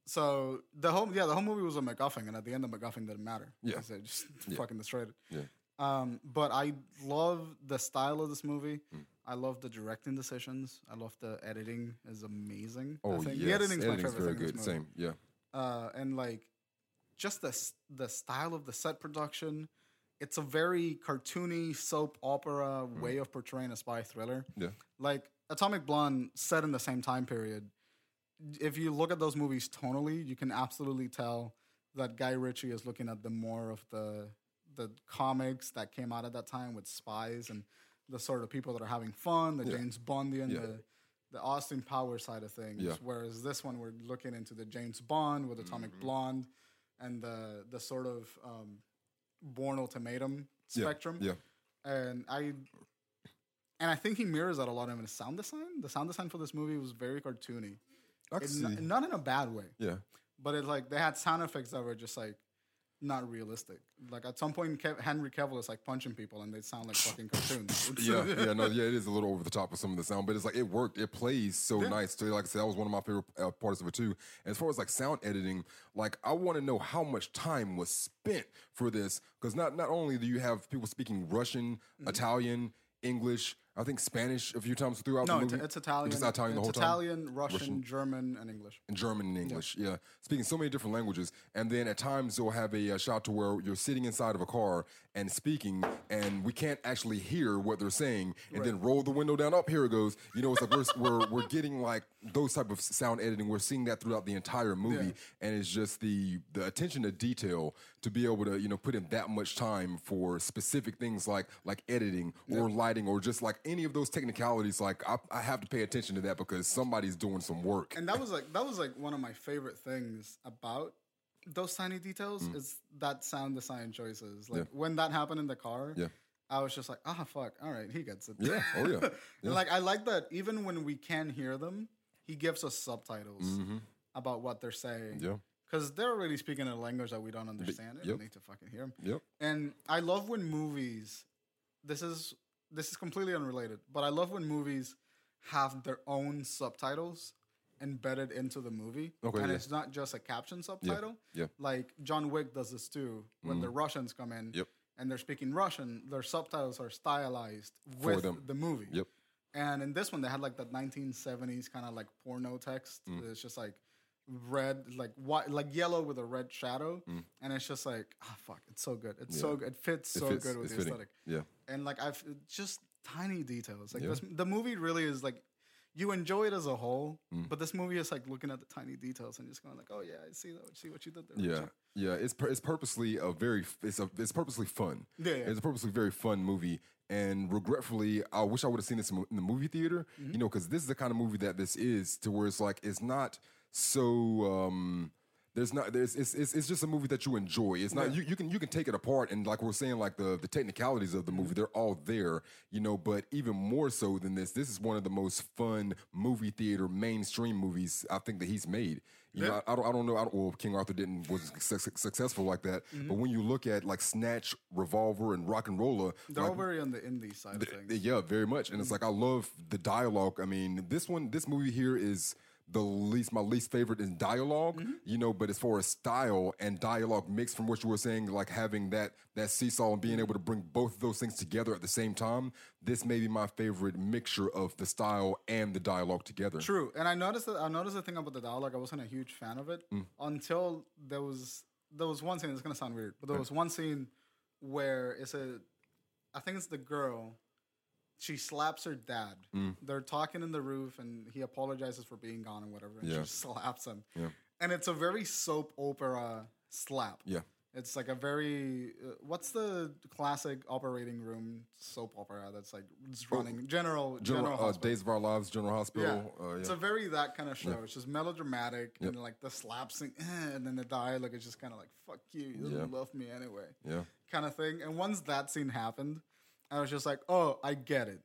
[SPEAKER 1] So the whole yeah, the whole movie was a MacGuffin, and at the end, the MacGuffin didn't matter.
[SPEAKER 2] Yeah.
[SPEAKER 1] 'cause they just fucking destroyed it.
[SPEAKER 2] Yeah.
[SPEAKER 1] Um, but I love the style of this movie.
[SPEAKER 2] Mm.
[SPEAKER 1] I love the directing decisions. I love the editing is amazing. I
[SPEAKER 2] oh
[SPEAKER 1] think.
[SPEAKER 2] yes,
[SPEAKER 1] the editing's, my
[SPEAKER 2] editing's
[SPEAKER 1] favorite
[SPEAKER 2] very
[SPEAKER 1] thing. in
[SPEAKER 2] good.
[SPEAKER 1] This movie.
[SPEAKER 2] Same, yeah.
[SPEAKER 1] Uh, and like, just the s- the style of the set production. It's a very cartoony soap opera way of portraying a spy thriller.
[SPEAKER 2] Yeah.
[SPEAKER 1] like Atomic Blonde set in the same time period. If you look at those movies tonally, you can absolutely tell that Guy Ritchie is looking at the more of the the comics that came out at that time with spies and the sort of people that are having fun, the James Bondian, the the Austin Power side of things.
[SPEAKER 2] Yeah.
[SPEAKER 1] Whereas this one, we're looking into the James Bond with Atomic
[SPEAKER 2] Mm-hmm.
[SPEAKER 1] Blonde and the the sort of um, Born Ultimatum spectrum
[SPEAKER 2] Yeah.
[SPEAKER 1] and I and I think he mirrors that a lot in his sound design. The sound design for this movie was very cartoony,
[SPEAKER 2] I can
[SPEAKER 1] It-
[SPEAKER 2] see.
[SPEAKER 1] not in a bad way,
[SPEAKER 2] yeah.
[SPEAKER 1] but it's like they had sound effects that were just like not realistic. Like at some point, Kev- Henry Cavill is like punching people, and they sound like fucking cartoons. It's-
[SPEAKER 2] Yeah, yeah, no, yeah, it is a little over the top of some of the sound, but it's like it worked. It plays so nice. So, like I said, that was one of my favorite uh, parts of it too. As far as like sound editing, like I want to know how much time was spent for this because not not only do you have people speaking Russian,
[SPEAKER 1] Mm-hmm.
[SPEAKER 2] Italian, English, I think Spanish a few times throughout
[SPEAKER 1] no,
[SPEAKER 2] the
[SPEAKER 1] it's,
[SPEAKER 2] movie.
[SPEAKER 1] it's Italian.
[SPEAKER 2] Just Italian the whole
[SPEAKER 1] it's
[SPEAKER 2] time.
[SPEAKER 1] Italian, Russian, German, and English.
[SPEAKER 2] in German and English. Yeah. Speaking so many different languages. And then at times you'll have a, uh shot to where you're sitting inside of a car and speaking, and we can't actually hear what they're saying. And then roll the window down. Up here it goes. You know, it's like we're, we're, we're getting like those type of s- sound editing. We're seeing that throughout the entire movie. And it's just the, the attention to detail to be able to, you know, put in that much time for specific things like like editing or lighting or just like any of those technicalities. Like I, I have to pay attention to that because somebody's doing some work.
[SPEAKER 1] and that was like that was like one of my favorite things about those tiny details
[SPEAKER 2] Mm.
[SPEAKER 1] is that sound design choices. Like when that happened in the car,
[SPEAKER 2] Yeah.
[SPEAKER 1] I was just like, ah, fuck, all right, he gets it.
[SPEAKER 2] Yeah. Oh yeah.
[SPEAKER 1] And like I like that even when we can hear them, he gives us subtitles
[SPEAKER 2] Mm-hmm.
[SPEAKER 1] about what they're saying.
[SPEAKER 2] Yeah.
[SPEAKER 1] Because they're already speaking a language that we don't understand. I
[SPEAKER 2] yep.
[SPEAKER 1] don't need to fucking hear them.
[SPEAKER 2] Yep.
[SPEAKER 1] And I love when movies. This is this is completely unrelated, but I love when movies have their own subtitles embedded into the movie,
[SPEAKER 2] Okay,
[SPEAKER 1] and
[SPEAKER 2] yeah.
[SPEAKER 1] it's not just a caption subtitle.
[SPEAKER 2] yeah. Mm-hmm.
[SPEAKER 1] Like John Wick does this too when the Russians come in.
[SPEAKER 2] Yep.
[SPEAKER 1] And they're speaking Russian. Their subtitles are stylized with
[SPEAKER 2] them.
[SPEAKER 1] the movie.
[SPEAKER 2] Yep.
[SPEAKER 1] And in this one, they had like that 1970s kind of like porno text.
[SPEAKER 2] Mm.
[SPEAKER 1] It's just like red, like white, like yellow with a red shadow,
[SPEAKER 2] Mm.
[SPEAKER 1] and it's just like ah, fuck, it's so good. It's so good. It fits so
[SPEAKER 2] fits.
[SPEAKER 1] good with
[SPEAKER 2] It's
[SPEAKER 1] the
[SPEAKER 2] fitting.
[SPEAKER 1] aesthetic.
[SPEAKER 2] Yeah.
[SPEAKER 1] And like I've just tiny details. Like this, the movie really is like you enjoy it as a whole, but this movie is like looking at the tiny details and just going like, oh yeah, I see that, see what you did there.
[SPEAKER 2] Yeah,
[SPEAKER 1] Richard."
[SPEAKER 2] yeah. It's pur- it's purposely a very f- it's a it's purposely fun.
[SPEAKER 1] Yeah, yeah.
[SPEAKER 2] it's a purposely very fun movie. And regretfully, I wish I would have seen this mo- in the movie theater.
[SPEAKER 1] Mm-hmm.
[SPEAKER 2] You know, because this is the kind of movie that this is, to where it's like it's not so. um there's not there's it's, it's it's just a movie that you enjoy. It's not you, you can you can take it apart and like we're saying like the the technicalities of the movie they're all there, you know. But even more so than this, this is one of the most fun movie theater mainstream movies I think that he's made. You know, I, I don't I don't know. I don't, well, King Arthur didn't was suc- suc- successful like that. But when you look at like Snatch, Revolver, and Rock and Roller,
[SPEAKER 1] They're all very on the indie side of things.
[SPEAKER 2] yeah, very much. And it's
[SPEAKER 1] Mm.
[SPEAKER 2] like I love the dialogue. I mean, this one, this movie here is the least my least favorite in dialog
[SPEAKER 1] Mm-hmm.
[SPEAKER 2] you know. But as far as style and dialogue mixed from what you were saying, like having that that seesaw and being able to bring both of those things together at the same time, this may be my favorite mixture of the style and the dialogue together.
[SPEAKER 1] True, and I noticed that I noticed the thing about the dialogue. I wasn't a huge fan of it
[SPEAKER 2] Mm.
[SPEAKER 1] until there was there was one scene. It's gonna sound weird, but there was one scene where it's a, I think it's the girl. She slaps her dad.
[SPEAKER 2] Mm.
[SPEAKER 1] They're talking in the roof, and he apologizes for being gone and whatever. And
[SPEAKER 2] Yeah.
[SPEAKER 1] she slaps him,
[SPEAKER 2] Yeah.
[SPEAKER 1] and it's a very soap opera slap.
[SPEAKER 2] Yeah,
[SPEAKER 1] It's like a very uh, what's the classic operating room soap opera that's like it's running general general,
[SPEAKER 2] Oh, General, uh,
[SPEAKER 1] hospital.
[SPEAKER 2] Days of Our Lives, General Hospital.
[SPEAKER 1] Yeah.
[SPEAKER 2] Uh, yeah.
[SPEAKER 1] It's a very that kind of show. It's just melodramatic and like the slaps and, eh, and then the dialogue is just kind of like, fuck you, you don't
[SPEAKER 2] Yeah.
[SPEAKER 1] love me anyway,
[SPEAKER 2] yeah.
[SPEAKER 1] kind of thing. And once that scene happened, I was just like, oh, I get it.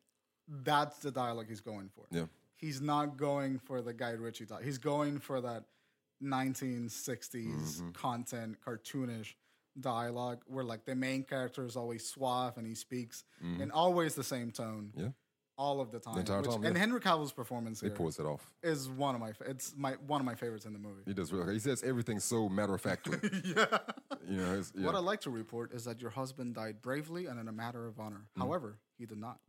[SPEAKER 1] That's the dialogue he's going for.
[SPEAKER 2] Yeah.
[SPEAKER 1] He's not going for the Guy Ritchie dialogue. He's going for that 1960s
[SPEAKER 2] Mm-hmm.
[SPEAKER 1] content, cartoonish dialogue where like the main character is always suave and he speaks
[SPEAKER 2] Mm-hmm.
[SPEAKER 1] in always the same tone
[SPEAKER 2] Yeah.
[SPEAKER 1] all of the time.
[SPEAKER 2] entire
[SPEAKER 1] which-
[SPEAKER 2] time,
[SPEAKER 1] And
[SPEAKER 2] yeah.
[SPEAKER 1] Henry Cavill's performance here
[SPEAKER 2] Pulls it off.
[SPEAKER 1] is one of my fa- it's my one of my favorites in the movie.
[SPEAKER 2] He does. Really, he says everything so matter of factly.
[SPEAKER 1] Yeah.
[SPEAKER 2] you know. it's- yeah.
[SPEAKER 1] What I'd like to report is that your husband died bravely and in a matter of honor.
[SPEAKER 2] Mm.
[SPEAKER 1] However, he did not.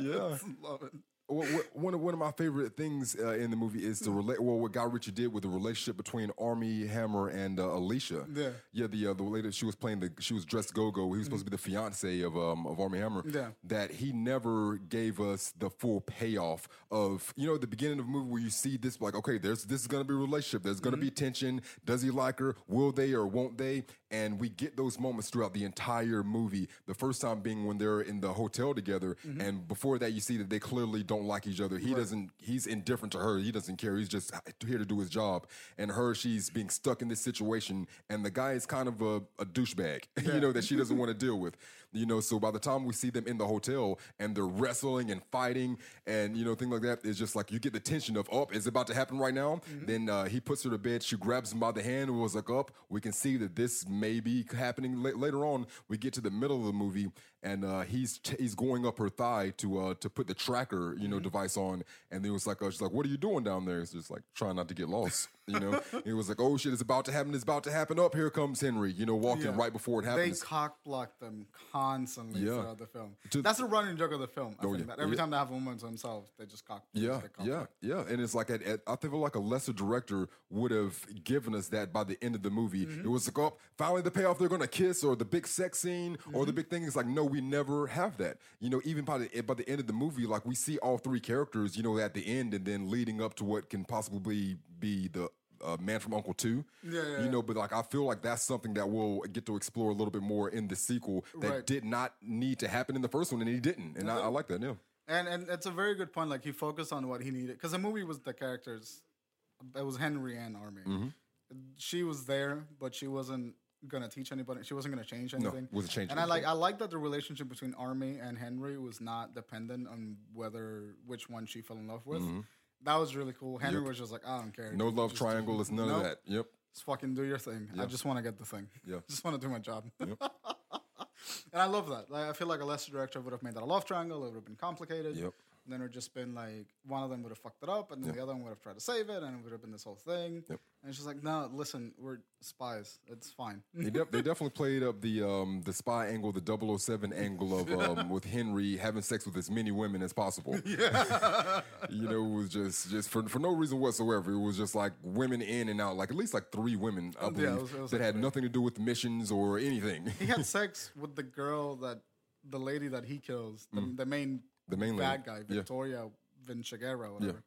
[SPEAKER 2] yeah.
[SPEAKER 1] Love it.
[SPEAKER 2] Wha- wha- one of one of my favorite things uh, in the movie is to
[SPEAKER 1] Hmm.
[SPEAKER 2] relate. Well, what Guy Ritchie did with the relationship between Army Hammer and uh, Alicia.
[SPEAKER 1] Yeah.
[SPEAKER 2] yeah. The uh, the lady she was playing the she was dressed go go. He was supposed to be the fiance of um of Army Hammer.
[SPEAKER 1] Hmm. Yeah.
[SPEAKER 2] that he never gave us the full payoff of you know at the beginning of the movie where you see this like okay there's this is gonna be a relationship there's gonna
[SPEAKER 1] Hmm.
[SPEAKER 2] be tension does he like her will they or won't they and we get those moments throughout the entire movie the first time being when they're in the hotel together and before that you see that they clearly don't like each other he doesn't he's indifferent to her he doesn't care he's just here to do his job and her she's being stuck in this situation and the guy is kind of a, a douchebag you know that she doesn't want to deal with you know so by the time we see them in the hotel and they're wrestling and fighting and you know things like that it's just like you get the tension of up it's about to happen right now
[SPEAKER 1] Mm-hmm.
[SPEAKER 2] then uh, he puts her to bed she grabs him by the hand and was like up we can see that this may be happening la- later on we get to the middle of the movie and uh, he's t- he's going up her thigh to uh, to put the tracker
[SPEAKER 1] Mm-hmm.
[SPEAKER 2] you know device on and then it was like uh, she's like what are you doing down there it's just like trying not to get lost you know it was like oh shit it's about to happen it's about to happen up here comes henry you know walking
[SPEAKER 1] Yeah.
[SPEAKER 2] right before it
[SPEAKER 1] They
[SPEAKER 2] happens
[SPEAKER 1] cock block them constantly
[SPEAKER 2] Yeah.
[SPEAKER 1] throughout the film.
[SPEAKER 2] To- Oh,
[SPEAKER 1] That's a running joke of the film. I think
[SPEAKER 2] yeah.
[SPEAKER 1] that every
[SPEAKER 2] Yeah.
[SPEAKER 1] time they have a moment to themselves, they just cock.
[SPEAKER 2] Yeah,
[SPEAKER 1] they cock
[SPEAKER 2] yeah, yeah. And it's like at, at, I feel like a lesser director would have given us that by the end of the movie.
[SPEAKER 1] Mm-hmm.
[SPEAKER 2] It was like, oh, finally the payoff. They're gonna kiss, or the big sex scene, or the
[SPEAKER 1] Mm-hmm.
[SPEAKER 2] big thing. It's like, no, we never have that. You know, even by the eh, by the end of the movie, like we see all three characters. You know, at the end, and then leading up to what can possibly be the. Uh, Man from Uncle Two,
[SPEAKER 1] Yeah, yeah,
[SPEAKER 2] you
[SPEAKER 1] yeah.
[SPEAKER 2] know, but like I feel like that's something that we'll get to explore a little bit more in the sequel that
[SPEAKER 1] Right.
[SPEAKER 2] did not need to happen in the first one, and he didn't, and I, I like that. Yeah,
[SPEAKER 1] And and it's a very good point. Like he focused on what he needed because the movie was the characters. It was Henry and Army.
[SPEAKER 2] Mm-hmm.
[SPEAKER 1] She was there, but she wasn't gonna teach anybody. She wasn't gonna change anything.
[SPEAKER 2] wasn't changing
[SPEAKER 1] And I like
[SPEAKER 2] anything.
[SPEAKER 1] I like that the relationship between Army and Henry was not dependent on whether which one she fell in love with. That was really cool. Henry was just like, I don't care.
[SPEAKER 2] Mm-hmm. no love
[SPEAKER 1] Just-
[SPEAKER 2] triangle, it's none
[SPEAKER 1] Nope.
[SPEAKER 2] of that. Yep.
[SPEAKER 1] Just fucking do your thing. I just want to get the thing.
[SPEAKER 2] Yeah.
[SPEAKER 1] just want to do my job. and I love that. Like, I feel like a lesser director would have made that a love triangle. It would have been complicated.
[SPEAKER 2] Yep.
[SPEAKER 1] And then it would just been like one of them would have fucked it up, and then the other one would have tried to save it, and it would have been this whole thing. Yep. And it's just like, no, listen, we're spies. It's fine.
[SPEAKER 2] they, def- they definitely played up the um, the spy angle, the 007 angle of um, with Henry having sex with as many women as possible. you know, it was just just for for no reason whatsoever. It was just like women in and out, like at least like three women, I believe,
[SPEAKER 1] it was- it was
[SPEAKER 2] that
[SPEAKER 1] like
[SPEAKER 2] had nothing to do with missions or anything.
[SPEAKER 1] he had sex with the girl that the lady that he kills, the, the main
[SPEAKER 2] the Mm. main lady.
[SPEAKER 1] bad guy,
[SPEAKER 2] Yeah.
[SPEAKER 1] Victoria Vinciguerra, whatever.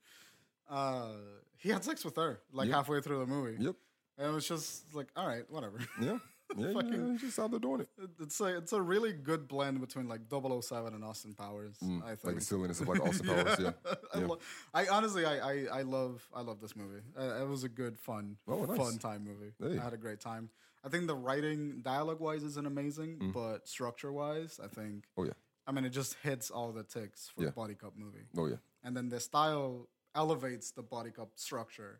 [SPEAKER 1] Uh, he had sex with her like halfway through the movie.
[SPEAKER 2] Yep.
[SPEAKER 1] And it was just like, all right, whatever.
[SPEAKER 2] Yeah. Yeah, yeah,
[SPEAKER 1] Fucking-
[SPEAKER 2] yeah, just how they're doing it.
[SPEAKER 1] It's a it's a really good blend between like 007 and Austin Powers. I think.
[SPEAKER 2] Mm. Like the silliness of like Austin Powers. Yeah.
[SPEAKER 1] I,
[SPEAKER 2] yeah.
[SPEAKER 1] lo- I honestly, I, I, I love I love this movie. Uh, it was a good, fun,
[SPEAKER 2] Oh, nice.
[SPEAKER 1] fun time movie.
[SPEAKER 2] Hey.
[SPEAKER 1] I had a great time. I think the writing, dialogue wise, isn't amazing, but structure wise, I think.
[SPEAKER 2] Mm-hmm. Oh yeah.
[SPEAKER 1] I mean, it just hits all the ticks for
[SPEAKER 2] Yeah.
[SPEAKER 1] a body cup movie,
[SPEAKER 2] Oh yeah.
[SPEAKER 1] and then the style elevates the body cup structure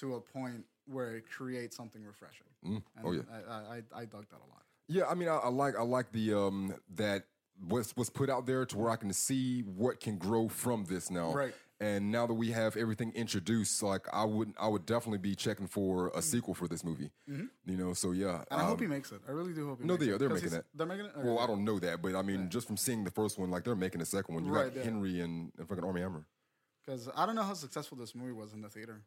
[SPEAKER 1] to a point where it creates something refreshing. And
[SPEAKER 2] Oh, yeah.
[SPEAKER 1] I, I, I, I dug that a lot.
[SPEAKER 2] Yeah, I mean, I, I like I like the um that what's what's put out there to where I can see what can grow from this now.
[SPEAKER 1] Right.
[SPEAKER 2] And now that we have everything introduced, like I would I would definitely be checking for a sequel for this movie. You know, so yeah.
[SPEAKER 1] Mm. Mm-hmm. And I hope
[SPEAKER 2] um,
[SPEAKER 1] he makes it. I really do hope he
[SPEAKER 2] no,
[SPEAKER 1] makes
[SPEAKER 2] they
[SPEAKER 1] it.
[SPEAKER 2] are. They're
[SPEAKER 1] 'Cause
[SPEAKER 2] making
[SPEAKER 1] he's-
[SPEAKER 2] it.
[SPEAKER 1] They're making it?
[SPEAKER 2] well,
[SPEAKER 1] Okay.
[SPEAKER 2] I don't know that, but I mean, just from seeing the first one, like they're making a second one. You
[SPEAKER 1] Right,
[SPEAKER 2] got
[SPEAKER 1] yeah.
[SPEAKER 2] Henry and, and fucking Army Hammer.
[SPEAKER 1] Because I don't know how successful this movie was in the theater.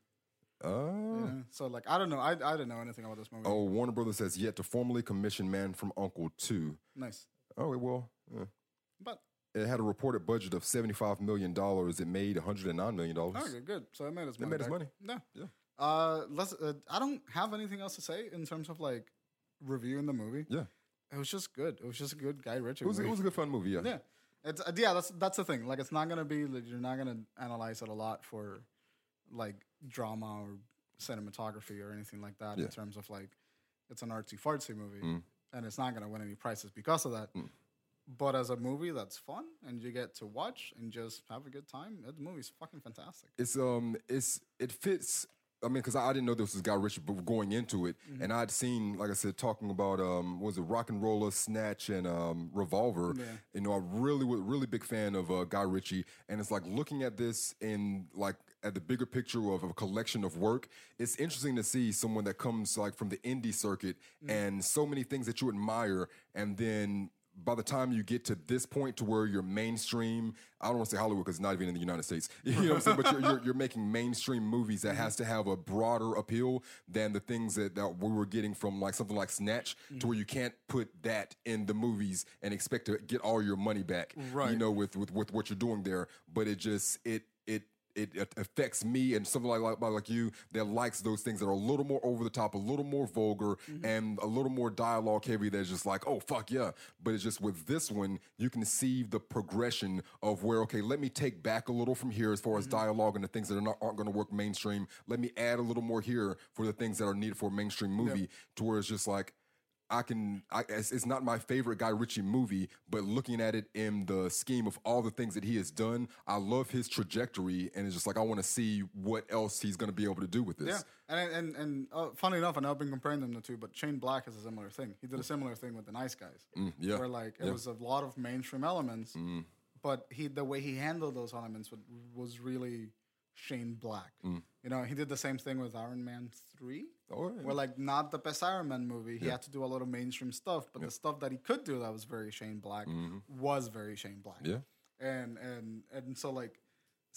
[SPEAKER 2] Uh,
[SPEAKER 1] you know? So like I don't know. I, I didn't know anything about this movie.
[SPEAKER 2] Oh, Warner Brothers has yet to formally commission Man from Uncle 2.
[SPEAKER 1] Nice.
[SPEAKER 2] Oh, well, yeah.
[SPEAKER 1] But
[SPEAKER 2] it had a reported budget of $75 million. It made $109 million.
[SPEAKER 1] okay, good. So it made us money.
[SPEAKER 2] made us
[SPEAKER 1] back.
[SPEAKER 2] money.
[SPEAKER 1] Yeah.
[SPEAKER 2] Yeah.
[SPEAKER 1] Uh, let's. Uh, I don't have anything else to say in terms of like reviewing the movie.
[SPEAKER 2] Yeah.
[SPEAKER 1] It was just good. It was just a good Guy Ritchie
[SPEAKER 2] It was,
[SPEAKER 1] movie.
[SPEAKER 2] it was a good fun movie, yeah.
[SPEAKER 1] yeah. It's uh, yeah. That's that's the thing. Like it's not gonna be. like, You're not gonna analyze it a lot for like drama or cinematography or anything like that.
[SPEAKER 2] Yeah.
[SPEAKER 1] In terms of like, it's an artsy fartsy movie, and it's not gonna win any prizes because of that. But as a movie that's fun and you get to watch and just have a good time, that movie's fucking fantastic.
[SPEAKER 2] It's um, it's it fits. I mean, because I, I didn't know this was Guy Ritchie, but going into it,
[SPEAKER 1] Mm-hmm.
[SPEAKER 2] and I'd seen, like I said, talking about um, what was it Rock and Roller, Snatch, and um, Revolver.
[SPEAKER 1] Yeah.
[SPEAKER 2] You know, I really was really big fan of uh, Guy Ritchie, and it's like looking at this in like at the bigger picture of a collection of work. It's interesting to see someone that comes like from the indie circuit
[SPEAKER 1] Mm.
[SPEAKER 2] and so many things that you admire, and then by the time you get to this point to where you're mainstream, I don't want to say Hollywood because it's not even in the United States. You know what I'm saying? But you're, you're, you're making mainstream movies that has to have a broader appeal than the things that, that we were getting from like something like Snatch to where you can't put that in the movies and expect to get all your money back, you
[SPEAKER 1] Right.
[SPEAKER 2] know, with, with, with what you're doing there. But it just, it, it, it a- affects me and someone like, like like you that likes those things that are a little more over the top, a little more vulgar, and a little more dialogue heavy. That's just like, oh fuck yeah! But it's just with this one, you can see the progression of where okay, let me take back a little from here as far as dialogue and the things that are not aren't going to work mainstream. Let me add a little more here for the things that are needed for a mainstream movie. To where it's just like. I can. I, it's, it's not my favorite Guy Ritchie movie, but looking at it in the scheme of all the things that he has done, I love his trajectory, and it's just like I want to see what else he's going to be able to do with this.
[SPEAKER 1] Yeah, and and and uh, funny enough, I know I've been comparing them to two, but Shane Black is a similar thing. He did a similar thing with the Nice Guys,
[SPEAKER 2] Mm, yeah, Mm.
[SPEAKER 1] where like it was a lot of mainstream elements, but he the way he handled those elements would, was really Shane Black.
[SPEAKER 2] Mm.
[SPEAKER 1] You know, he did the same thing with Iron Man three.
[SPEAKER 2] Oh, yeah.
[SPEAKER 1] Where like not the best Iron Man movie, he had to do a lot of mainstream stuff, but the stuff that he could do that was very Shane Black
[SPEAKER 2] Mm-hmm.
[SPEAKER 1] was very Shane Black
[SPEAKER 2] Yeah.
[SPEAKER 1] and and and so like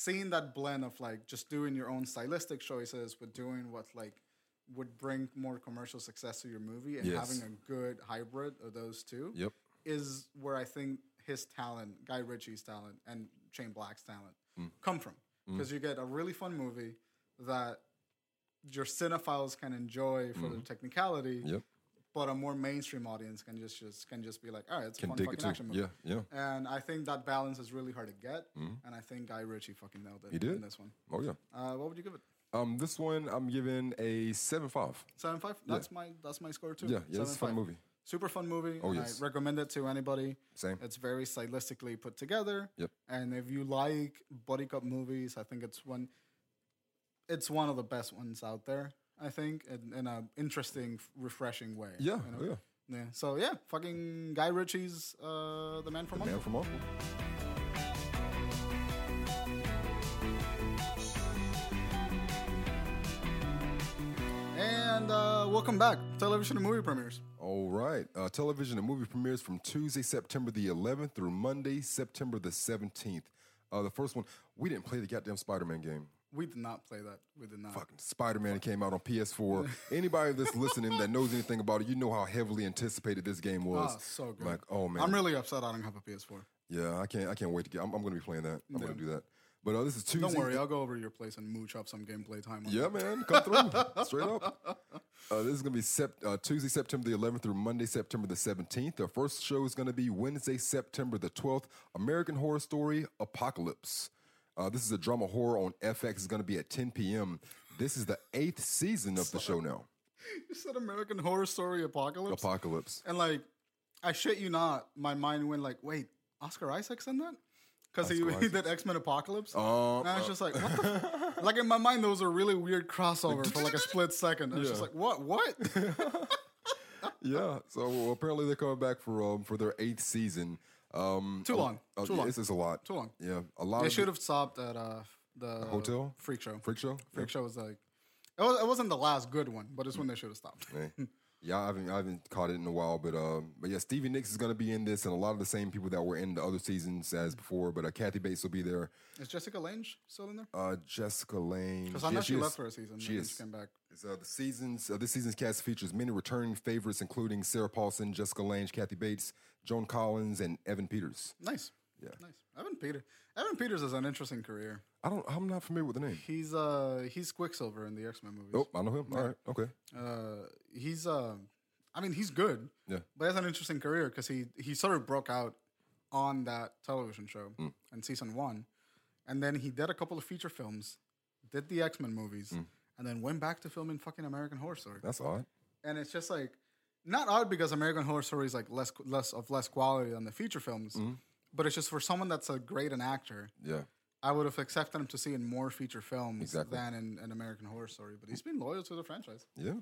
[SPEAKER 1] seeing that blend of like just doing your own stylistic choices but doing what like would bring more commercial success to your movie and
[SPEAKER 2] Yes.
[SPEAKER 1] having a good hybrid of those two
[SPEAKER 2] Yep.
[SPEAKER 1] is where I think his talent, Guy Ritchie's talent, and Shane Black's talent
[SPEAKER 2] Mm.
[SPEAKER 1] come from because you get a really fun movie that your cinephiles can enjoy for the technicality,
[SPEAKER 2] Mm-hmm. Yep.
[SPEAKER 1] but a more mainstream audience can just, just can just be like, all right, it's a fun
[SPEAKER 2] dig it
[SPEAKER 1] fucking
[SPEAKER 2] too.
[SPEAKER 1] action movie.
[SPEAKER 2] Yeah, yeah.
[SPEAKER 1] And I think that balance is really hard to get, and I think Guy Ritchie fucking nailed it. He
[SPEAKER 2] Mm-hmm. did.
[SPEAKER 1] in this one.
[SPEAKER 2] Oh yeah.
[SPEAKER 1] Uh, what would you give it?
[SPEAKER 2] Um, this one I'm giving a seven five.
[SPEAKER 1] Seven five. That's my that's my score too.
[SPEAKER 2] Yeah, yeah. It's a
[SPEAKER 1] Seven
[SPEAKER 2] fun
[SPEAKER 1] five.
[SPEAKER 2] movie. Oh,
[SPEAKER 1] Super fun movie. and
[SPEAKER 2] yes.
[SPEAKER 1] I recommend it to anybody.
[SPEAKER 2] Same.
[SPEAKER 1] It's very stylistically put together.
[SPEAKER 2] Yep.
[SPEAKER 1] And if you like buddy cop movies, I think it's one. It's one of the best ones out there. I think in, in an interesting, refreshing way.
[SPEAKER 2] Yeah,
[SPEAKER 1] you know?
[SPEAKER 2] oh, yeah.
[SPEAKER 1] Yeah. So yeah, fucking Guy Ritchie's uh, the man from
[SPEAKER 2] Man
[SPEAKER 1] Uncle.
[SPEAKER 2] from Uncle.
[SPEAKER 1] And uh, welcome back, television and movie premieres.
[SPEAKER 2] All right. Uh, television and movie premieres from Tuesday, September the 11th through Monday, September the 17th. Uh, the first one, we didn't play the goddamn Spider Man game.
[SPEAKER 1] We did not play that. We did not.
[SPEAKER 2] fucking Spider-Man came out on PS4. Anybody that's listening that knows anything about it, you know how heavily anticipated this game was.
[SPEAKER 1] Ah, so good.
[SPEAKER 2] Like, oh man,
[SPEAKER 1] I'm really upset I don't have a PS4.
[SPEAKER 2] Yeah, I can't. I can't wait to get. I'm, I'm going to be playing that. I'm going to do that. But uh, this is Tuesday.
[SPEAKER 1] Don't worry, I'll go over to your place and mooch up some gameplay time. on
[SPEAKER 2] Yeah,
[SPEAKER 1] it.
[SPEAKER 2] man, come through straight up. Uh, this is gonna be Sep- uh, Tuesday, September the 11th through Monday, September the 17th. Our first show is gonna be Wednesday, September the 12th. American Horror Story: Apocalypse. Uh, this is a drama horror on FX. It's gonna be at 10 p.m. This is the eighth season of the show now.
[SPEAKER 1] You said American Horror Story Apocalypse,
[SPEAKER 2] Apocalypse.
[SPEAKER 1] and like, I shit you not, my mind went like, wait, Oscar Isaac's in that because he,
[SPEAKER 2] Oscar uh.
[SPEAKER 1] he did X Men Apocalypse.
[SPEAKER 2] Um,
[SPEAKER 1] and I was just like, what the? f-" like in my mind, there was a really weird crossover for like a split second. I was just
[SPEAKER 2] Yeah.
[SPEAKER 1] like, what? What?
[SPEAKER 2] yeah. So well, apparently they're coming back for um for their eighth season. Um,
[SPEAKER 1] Too
[SPEAKER 2] a-
[SPEAKER 1] long.
[SPEAKER 2] uh,
[SPEAKER 1] Too
[SPEAKER 2] yeah,
[SPEAKER 1] long.
[SPEAKER 2] It's, it's a lot.
[SPEAKER 1] Too long.
[SPEAKER 2] Yeah, a lot.
[SPEAKER 1] They
[SPEAKER 2] of
[SPEAKER 1] should have stopped at uh, the
[SPEAKER 2] hotel?
[SPEAKER 1] freak show.
[SPEAKER 2] freak show.
[SPEAKER 1] Freak show was like, it, was, it wasn't the last good one, but it's when they should have stopped.
[SPEAKER 2] Yeah. Yeah, I haven't I haven't caught it in a while, but um, but yeah, Stevie Nicks is gonna be in this, and a lot of the same people that were in the other seasons
[SPEAKER 1] Hmm.
[SPEAKER 2] as before. But uh, Kathy Bates will be there.
[SPEAKER 1] Is Jessica Lange still in there?
[SPEAKER 2] Uh, Jessica Lange.
[SPEAKER 1] Because I know
[SPEAKER 2] yeah,
[SPEAKER 1] she,
[SPEAKER 2] is.
[SPEAKER 1] left for a season.
[SPEAKER 2] Oh, She
[SPEAKER 1] and then
[SPEAKER 2] is.
[SPEAKER 1] she came back.
[SPEAKER 2] It's, uh, the seasons uh, this season's cast features many returning favorites, including Sarah Paulson, Jessica Lange, Kathy Bates, Joan Collins, and Evan Peters.
[SPEAKER 1] Nice. Yeah. Nice. Evan Peter. Evan Peters has an interesting career.
[SPEAKER 2] I don't. I'm not familiar with the name.
[SPEAKER 1] He's uh he's Quicksilver in the X Men movies.
[SPEAKER 2] Oh, I know him. All right. Okay.
[SPEAKER 1] Uh, he's uh, I mean he's good.
[SPEAKER 2] Yeah.
[SPEAKER 1] But that's an interesting career because he he sort of broke out on that television show
[SPEAKER 2] Hmm.
[SPEAKER 1] in season one, and then he did a couple of feature films, did the X Men movies,
[SPEAKER 2] Hmm.
[SPEAKER 1] and then went back to filming fucking American Horror Story.
[SPEAKER 2] That's odd.
[SPEAKER 1] and it's just like not odd because American Horror Story is like less less of less quality than the feature films,
[SPEAKER 2] Mm-hmm.
[SPEAKER 1] but it's just for someone that's a great an actor.
[SPEAKER 2] Yeah.
[SPEAKER 1] I would have accepted him to see in more feature films
[SPEAKER 2] Exactly.
[SPEAKER 1] than in an American Horror Story, but he's been loyal to the franchise.
[SPEAKER 2] Yeah.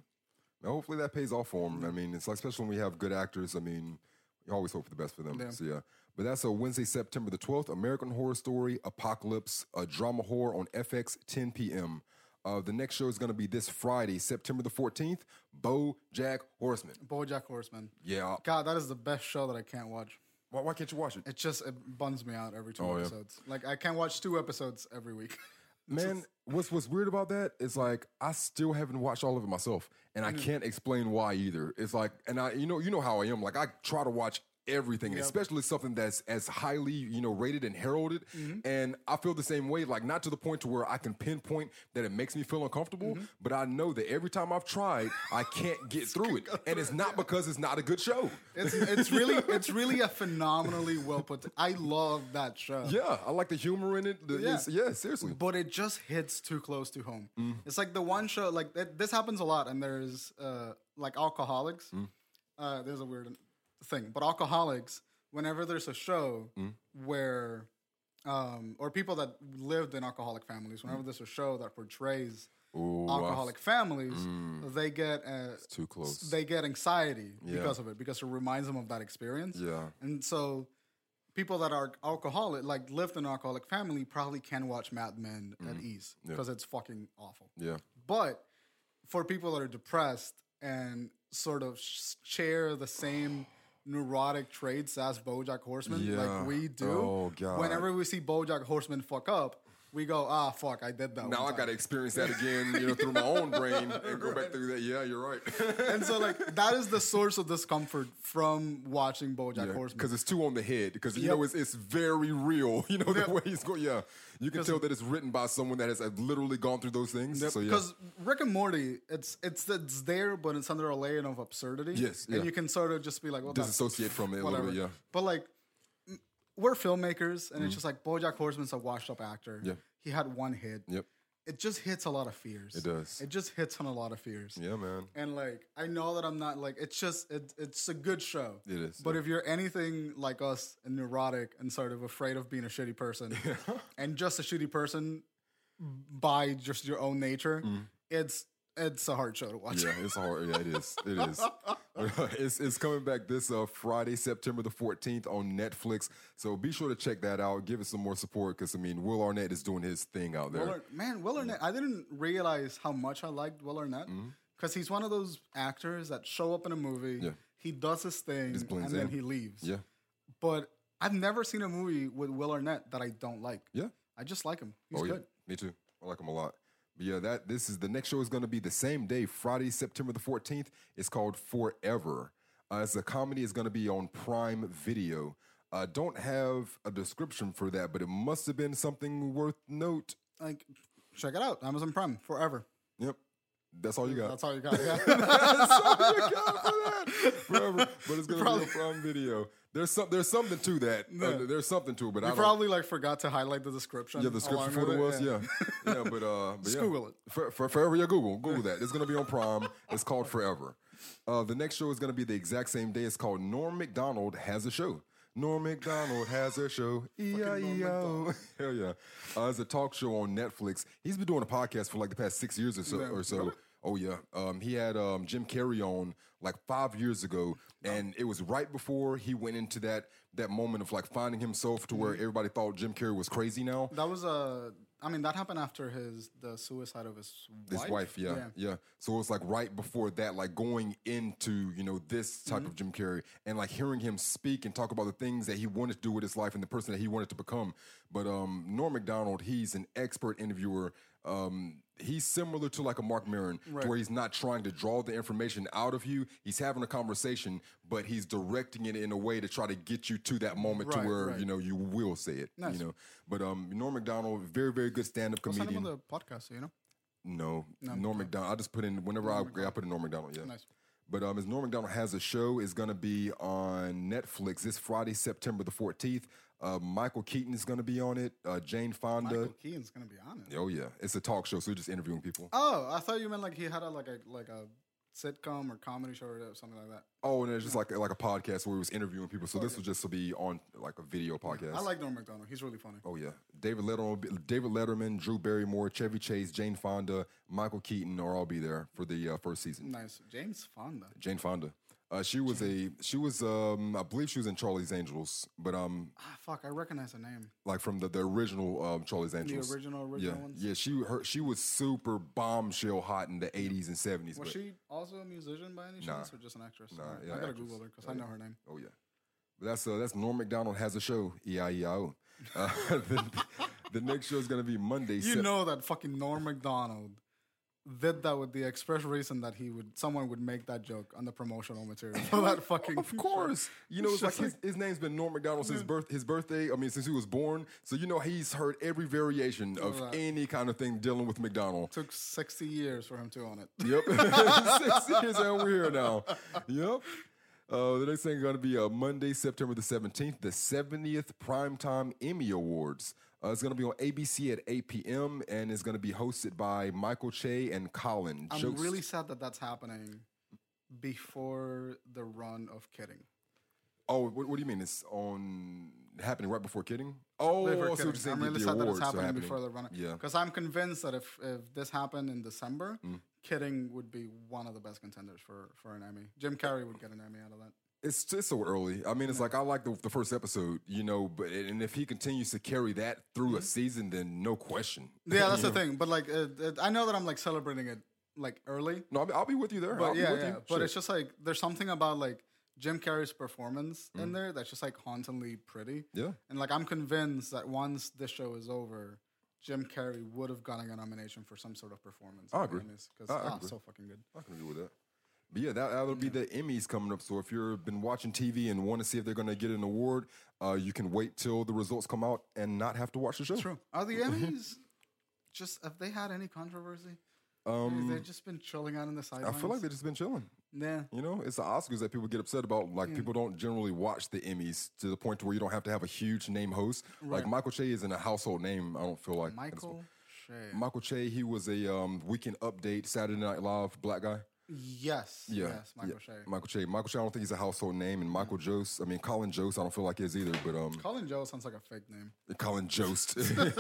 [SPEAKER 2] Now, hopefully that pays off for them. I mean, it's like, especially when we have good actors. I mean, you always hope for the best for them. So, yeah. But that's a Wednesday, September the 12th, American Horror Story Apocalypse, a drama horror on FX, 10 p.m. Uh, the next show is going to be this Friday, September the 14th, BoJack Horseman.
[SPEAKER 1] BoJack Horseman.
[SPEAKER 2] Yeah.
[SPEAKER 1] God, that is the best show that I can't watch.
[SPEAKER 2] Why, why can't you watch it?
[SPEAKER 1] It just it buns me out every two
[SPEAKER 2] Oh, yeah.
[SPEAKER 1] episodes. Like I can't watch two episodes every week.
[SPEAKER 2] Man, what's what's weird about that is like I still haven't watched all of it myself, and I can't explain why either. It's like, and I, you know, you know how I am. Like I try to watch everything, especially something that's as highly you know rated and heralded. And I feel the same way. Like not to the point to where I can pinpoint that it makes me feel uncomfortable, but I know that every time I've tried, I can't get through it, and Mm-hmm. it's not because it's not a good show.
[SPEAKER 1] It's it's really it's really a phenomenally well put. I love that show.
[SPEAKER 2] Yeah, I like the humor in it. The,
[SPEAKER 1] Yeah.
[SPEAKER 2] it's- yeah, seriously.
[SPEAKER 1] but it just hits too close to home.
[SPEAKER 2] Mm.
[SPEAKER 1] It's like the one show like th- this happens a lot, and there's uh, like alcoholics.
[SPEAKER 2] Mm.
[SPEAKER 1] Uh, there's a weird thing, but alcoholics. Whenever there's a show
[SPEAKER 2] Mm.
[SPEAKER 1] where, um, or people that lived in alcoholic families, whenever there's a show that portrays
[SPEAKER 2] Mm. Ooh, I- Mm.
[SPEAKER 1] alcoholic families, they get uh,
[SPEAKER 2] too close.
[SPEAKER 1] They get anxiety because of it because it reminds them of that experience.
[SPEAKER 2] Yeah.
[SPEAKER 1] And so people that are alcoholic, like lived in an alcoholic family, probably can watch Mad Men
[SPEAKER 2] Mm-hmm.
[SPEAKER 1] at ease because it's fucking awful.
[SPEAKER 2] yeah.
[SPEAKER 1] But for people that are depressed and sort of sh- share the same neurotic traits as BoJack Horseman,
[SPEAKER 2] Yeah.
[SPEAKER 1] like we do,
[SPEAKER 2] Oh, God.
[SPEAKER 1] whenever we see BoJack Horseman fuck up, we go, ah, fuck, I did that.
[SPEAKER 2] Now
[SPEAKER 1] one
[SPEAKER 2] I
[SPEAKER 1] time."
[SPEAKER 2] got to experience that again, you know, through my own brain and go back through that. Yeah, you're right.
[SPEAKER 1] and so like that is the source of discomfort from watching BoJack Horseman.
[SPEAKER 2] Because it's too on the head. Because you
[SPEAKER 1] Yep.
[SPEAKER 2] know it's it's very real. You know the way he's going. Yeah, you can tell that it's written by someone that has uh, literally gone through those things. So yeah,
[SPEAKER 1] Because Rick and Morty, it's it's it's there, but it's under a layer of absurdity.
[SPEAKER 2] Yes, yeah.
[SPEAKER 1] and you can sort of just be like, well, that's
[SPEAKER 2] disassociate from it a
[SPEAKER 1] whatever.
[SPEAKER 2] little bit. Yeah, Mm-hmm.
[SPEAKER 1] But like, m- we're filmmakers, and it's just like BoJack Horseman's a washed-up actor.
[SPEAKER 2] Yeah.
[SPEAKER 1] he had one hit.
[SPEAKER 2] yep,
[SPEAKER 1] It just hits a lot of fears. It
[SPEAKER 2] does.
[SPEAKER 1] It just hits on a lot of fears.
[SPEAKER 2] yeah, man.
[SPEAKER 1] And like, I know that I'm not like. It's just it, it's a good show.
[SPEAKER 2] It is,
[SPEAKER 1] But if you're anything like us, and neurotic, and sort of afraid of being a shitty person, and just a shitty person by just your own nature, it's it's a hard show to watch.
[SPEAKER 2] Mm. Yeah, it's hard. Yeah, it is. It is. it's, it's coming back this uh, Friday, September the 14th on Netflix. So be sure to check that out. Give it some more support because, I mean, Will Arnett is doing his thing out there.
[SPEAKER 1] Will Ar- man, Will Arnett. I didn't realize how much I liked Will Arnett because he's one of those actors that show up in a movie,
[SPEAKER 2] Mm. Yeah.
[SPEAKER 1] he does his thing, and
[SPEAKER 2] blends
[SPEAKER 1] then
[SPEAKER 2] in.
[SPEAKER 1] he leaves.
[SPEAKER 2] yeah,
[SPEAKER 1] But I've never seen a movie with Will Arnett that I don't like.
[SPEAKER 2] yeah.
[SPEAKER 1] I just like him. He's
[SPEAKER 2] Oh yeah,
[SPEAKER 1] good.
[SPEAKER 2] me too. I like them a lot. But yeah, that this is the next show is going to be the same day, Friday, September the fourteenth. It's called Forever. Uh, it's a comedy. It's going to be on Prime Video. I don't have a description for that, but it must have been something worth note.
[SPEAKER 1] Like, check it out. Amazon Prime forever.
[SPEAKER 2] Yep. That's all you got.
[SPEAKER 1] That's all you got. Yeah.
[SPEAKER 2] That's all you got for that. Forever. But it's gonna be a prime video. There's some there's something to that. Uh, there's something to it, but I
[SPEAKER 1] You
[SPEAKER 2] don't
[SPEAKER 1] probably like forgot to highlight the description.
[SPEAKER 2] yeah, the scripture
[SPEAKER 1] along
[SPEAKER 2] for
[SPEAKER 1] with
[SPEAKER 2] it
[SPEAKER 1] it,
[SPEAKER 2] was, yeah. Yeah, but uh but
[SPEAKER 1] Just
[SPEAKER 2] yeah.
[SPEAKER 1] Google it.
[SPEAKER 2] For, for, forever yeah, Google. Google that. It's gonna be on Prime. It's called Forever. Uh the next show is gonna be the exact same day. It's called Norm McDonald has a show. Norm McDonald has a show. E E-I-E-O. Hell yeah. Uh, it's a talk show on Netflix. He's been doing a podcast for like the past six years or so or so. Oh yeah, um, he had um, Jim Carrey on like five years ago, and it was right before he went into that that moment of like finding himself to
[SPEAKER 1] Mm-hmm.
[SPEAKER 2] where everybody thought Jim Carrey was crazy now.
[SPEAKER 1] That was a. I mean, that happened after his the suicide of his wife.
[SPEAKER 2] His wife, yeah, yeah, So it's like right before that, like going into you know this type
[SPEAKER 1] Mm-hmm.
[SPEAKER 2] of Jim Carrey and like hearing him speak and talk about the things that he wanted to do with his life and the person that he wanted to become. But um, Norm Macdonald, he's an expert interviewer. Um, he's similar to like a Mark Maron, to where he's not trying to draw the information out of you. He's having a conversation, but he's directing it in a way to try to get you to that moment
[SPEAKER 1] Right,
[SPEAKER 2] to where
[SPEAKER 1] right.
[SPEAKER 2] you know you will say it. You know, but um, Norm Macdonald, very very good stand up
[SPEAKER 1] Send him
[SPEAKER 2] comedian.
[SPEAKER 1] the podcast, so you know.
[SPEAKER 2] No, Norm McDonald. I just put in whenever I agree, I put in Norm McDonald. Yeah.
[SPEAKER 1] Nice.
[SPEAKER 2] But um, as Norm McDonald has a show, is going to be on Netflix this Friday, September the fourteenth. Uh, Michael Keaton is going to be on it. Uh, Jane Fonda.
[SPEAKER 1] Michael Keaton's gonna be on it.
[SPEAKER 2] Oh yeah, it's a talk show, so you're just interviewing people.
[SPEAKER 1] Oh, I thought you meant like he had a like a like a sitcom or comedy show or something like that.
[SPEAKER 2] Oh, and it's just like like a podcast where he was interviewing people. So this will just be on like a video podcast.
[SPEAKER 1] I like Norm Macdonald. He's really funny.
[SPEAKER 2] Oh yeah, David Letterman, David Letterman, Drew Barrymore, Chevy Chase, Jane Fonda, Michael Keaton, or I'll be there for the uh, first season.
[SPEAKER 1] Nice. James Fonda.
[SPEAKER 2] Jane Fonda. Uh, she was a she was um I believe she was in Charlie's Angels, but um
[SPEAKER 1] Ah, fuck. I recognize the name.
[SPEAKER 2] like from the, the original um Charlie's
[SPEAKER 1] The
[SPEAKER 2] Angels.
[SPEAKER 1] original
[SPEAKER 2] yeah,
[SPEAKER 1] original ones.
[SPEAKER 2] yeah. She her she was super bombshell hot in the eighties and seventies.
[SPEAKER 1] Was
[SPEAKER 2] But
[SPEAKER 1] she also a musician by any chance, or just an actress? All right,
[SPEAKER 2] yeah,
[SPEAKER 1] I gotta
[SPEAKER 2] actress.
[SPEAKER 1] Google her because I know her name.
[SPEAKER 2] oh yeah, but that's uh, that's Norm Macdonald has a show. E I E I O. Uh, the, the next show is gonna be Monday.
[SPEAKER 1] You
[SPEAKER 2] Sep-
[SPEAKER 1] know that fucking Norm Macdonald did that with the express reason that he would someone would make that joke on the promotional material for that fucking.
[SPEAKER 2] Of course, you know it's like his, his name's been Norm Macdonald since birth his birthday. I mean, since he was born, so you know he's heard every variation of
[SPEAKER 1] Right.
[SPEAKER 2] any kind of thing dealing with McDonald.
[SPEAKER 1] Took sixty years for him to own it.
[SPEAKER 2] Yep. Six years and we're here now. Yep. Uh, the next thing is going to be uh, Monday, September the 17th, the 70th Primetime Emmy Awards. Uh, it's going to be on ABC at 8 p.m. and it's going to be hosted by Michael Che and Colin.
[SPEAKER 1] I'm
[SPEAKER 2] Jost.
[SPEAKER 1] really sad that that's happening before the run of kidding.
[SPEAKER 2] Oh, what, what do you mean? It's on happening right before Kidding? Oh, I see
[SPEAKER 1] Before
[SPEAKER 2] what you're
[SPEAKER 1] Kidding.
[SPEAKER 2] saying.
[SPEAKER 1] I'm
[SPEAKER 2] the-
[SPEAKER 1] really
[SPEAKER 2] the
[SPEAKER 1] sad that
[SPEAKER 2] awards
[SPEAKER 1] it's
[SPEAKER 2] are
[SPEAKER 1] happening, before the run.
[SPEAKER 2] Yeah.
[SPEAKER 1] Because I'm convinced that if, if this happened in December,
[SPEAKER 2] Mm.
[SPEAKER 1] Kidding would be one of the best contenders for, for an Emmy. Jim Carrey would get an Emmy out of that.
[SPEAKER 2] It's just so early. I mean, it's like I like the, the first episode, you know, but and if he continues to carry that through a season, then no question.
[SPEAKER 1] Mm-hmm. Yeah, that's the thing. But like, it, it, I know that I'm like celebrating it like early.
[SPEAKER 2] No, I mean, I'll be with you there. I'll
[SPEAKER 1] But
[SPEAKER 2] be
[SPEAKER 1] yeah,
[SPEAKER 2] with
[SPEAKER 1] yeah.
[SPEAKER 2] you.
[SPEAKER 1] But
[SPEAKER 2] Shit.
[SPEAKER 1] it's just like there's something about like Jim Carrey's performance
[SPEAKER 2] Mm.
[SPEAKER 1] in there that's just like hauntingly pretty.
[SPEAKER 2] yeah.
[SPEAKER 1] And like I'm convinced that once this show is over, Jim Carrey would have gotten a nomination for some sort of performance.
[SPEAKER 2] I agree.
[SPEAKER 1] Because
[SPEAKER 2] I- I
[SPEAKER 1] ah,
[SPEAKER 2] agree.
[SPEAKER 1] so fucking good.
[SPEAKER 2] I can agree with that. But yeah, that, that'll be the Emmys coming up. So if you've been watching TV and want to see if they're going to get an award, uh, you can wait till the results come out and not have to watch the show.
[SPEAKER 1] True. Are the Emmys just have they had any controversy? Um, they've just been chilling out in the
[SPEAKER 2] I
[SPEAKER 1] sidelines.
[SPEAKER 2] feel like they've just been chilling.
[SPEAKER 1] yeah.
[SPEAKER 2] You know, it's the Oscars that people get upset about.
[SPEAKER 1] Mm.
[SPEAKER 2] Like people don't generally watch the Emmys to the point to where you don't have to have a huge name host. Like Michael Che isn't a household name. I don't feel like at this point.
[SPEAKER 1] Michael Shea.
[SPEAKER 2] Michael Che, he was a um, Weekend Update, Saturday Night Live black guy.
[SPEAKER 1] yes. Yes, Michael Shea.
[SPEAKER 2] Michael Che. Michael Che, I don't think he's a household name. And Michael Jost, I mean, Colin Jost, I don't feel like he is either, but um,
[SPEAKER 1] Colin Joe sounds like a fake name.
[SPEAKER 2] Colin Jost.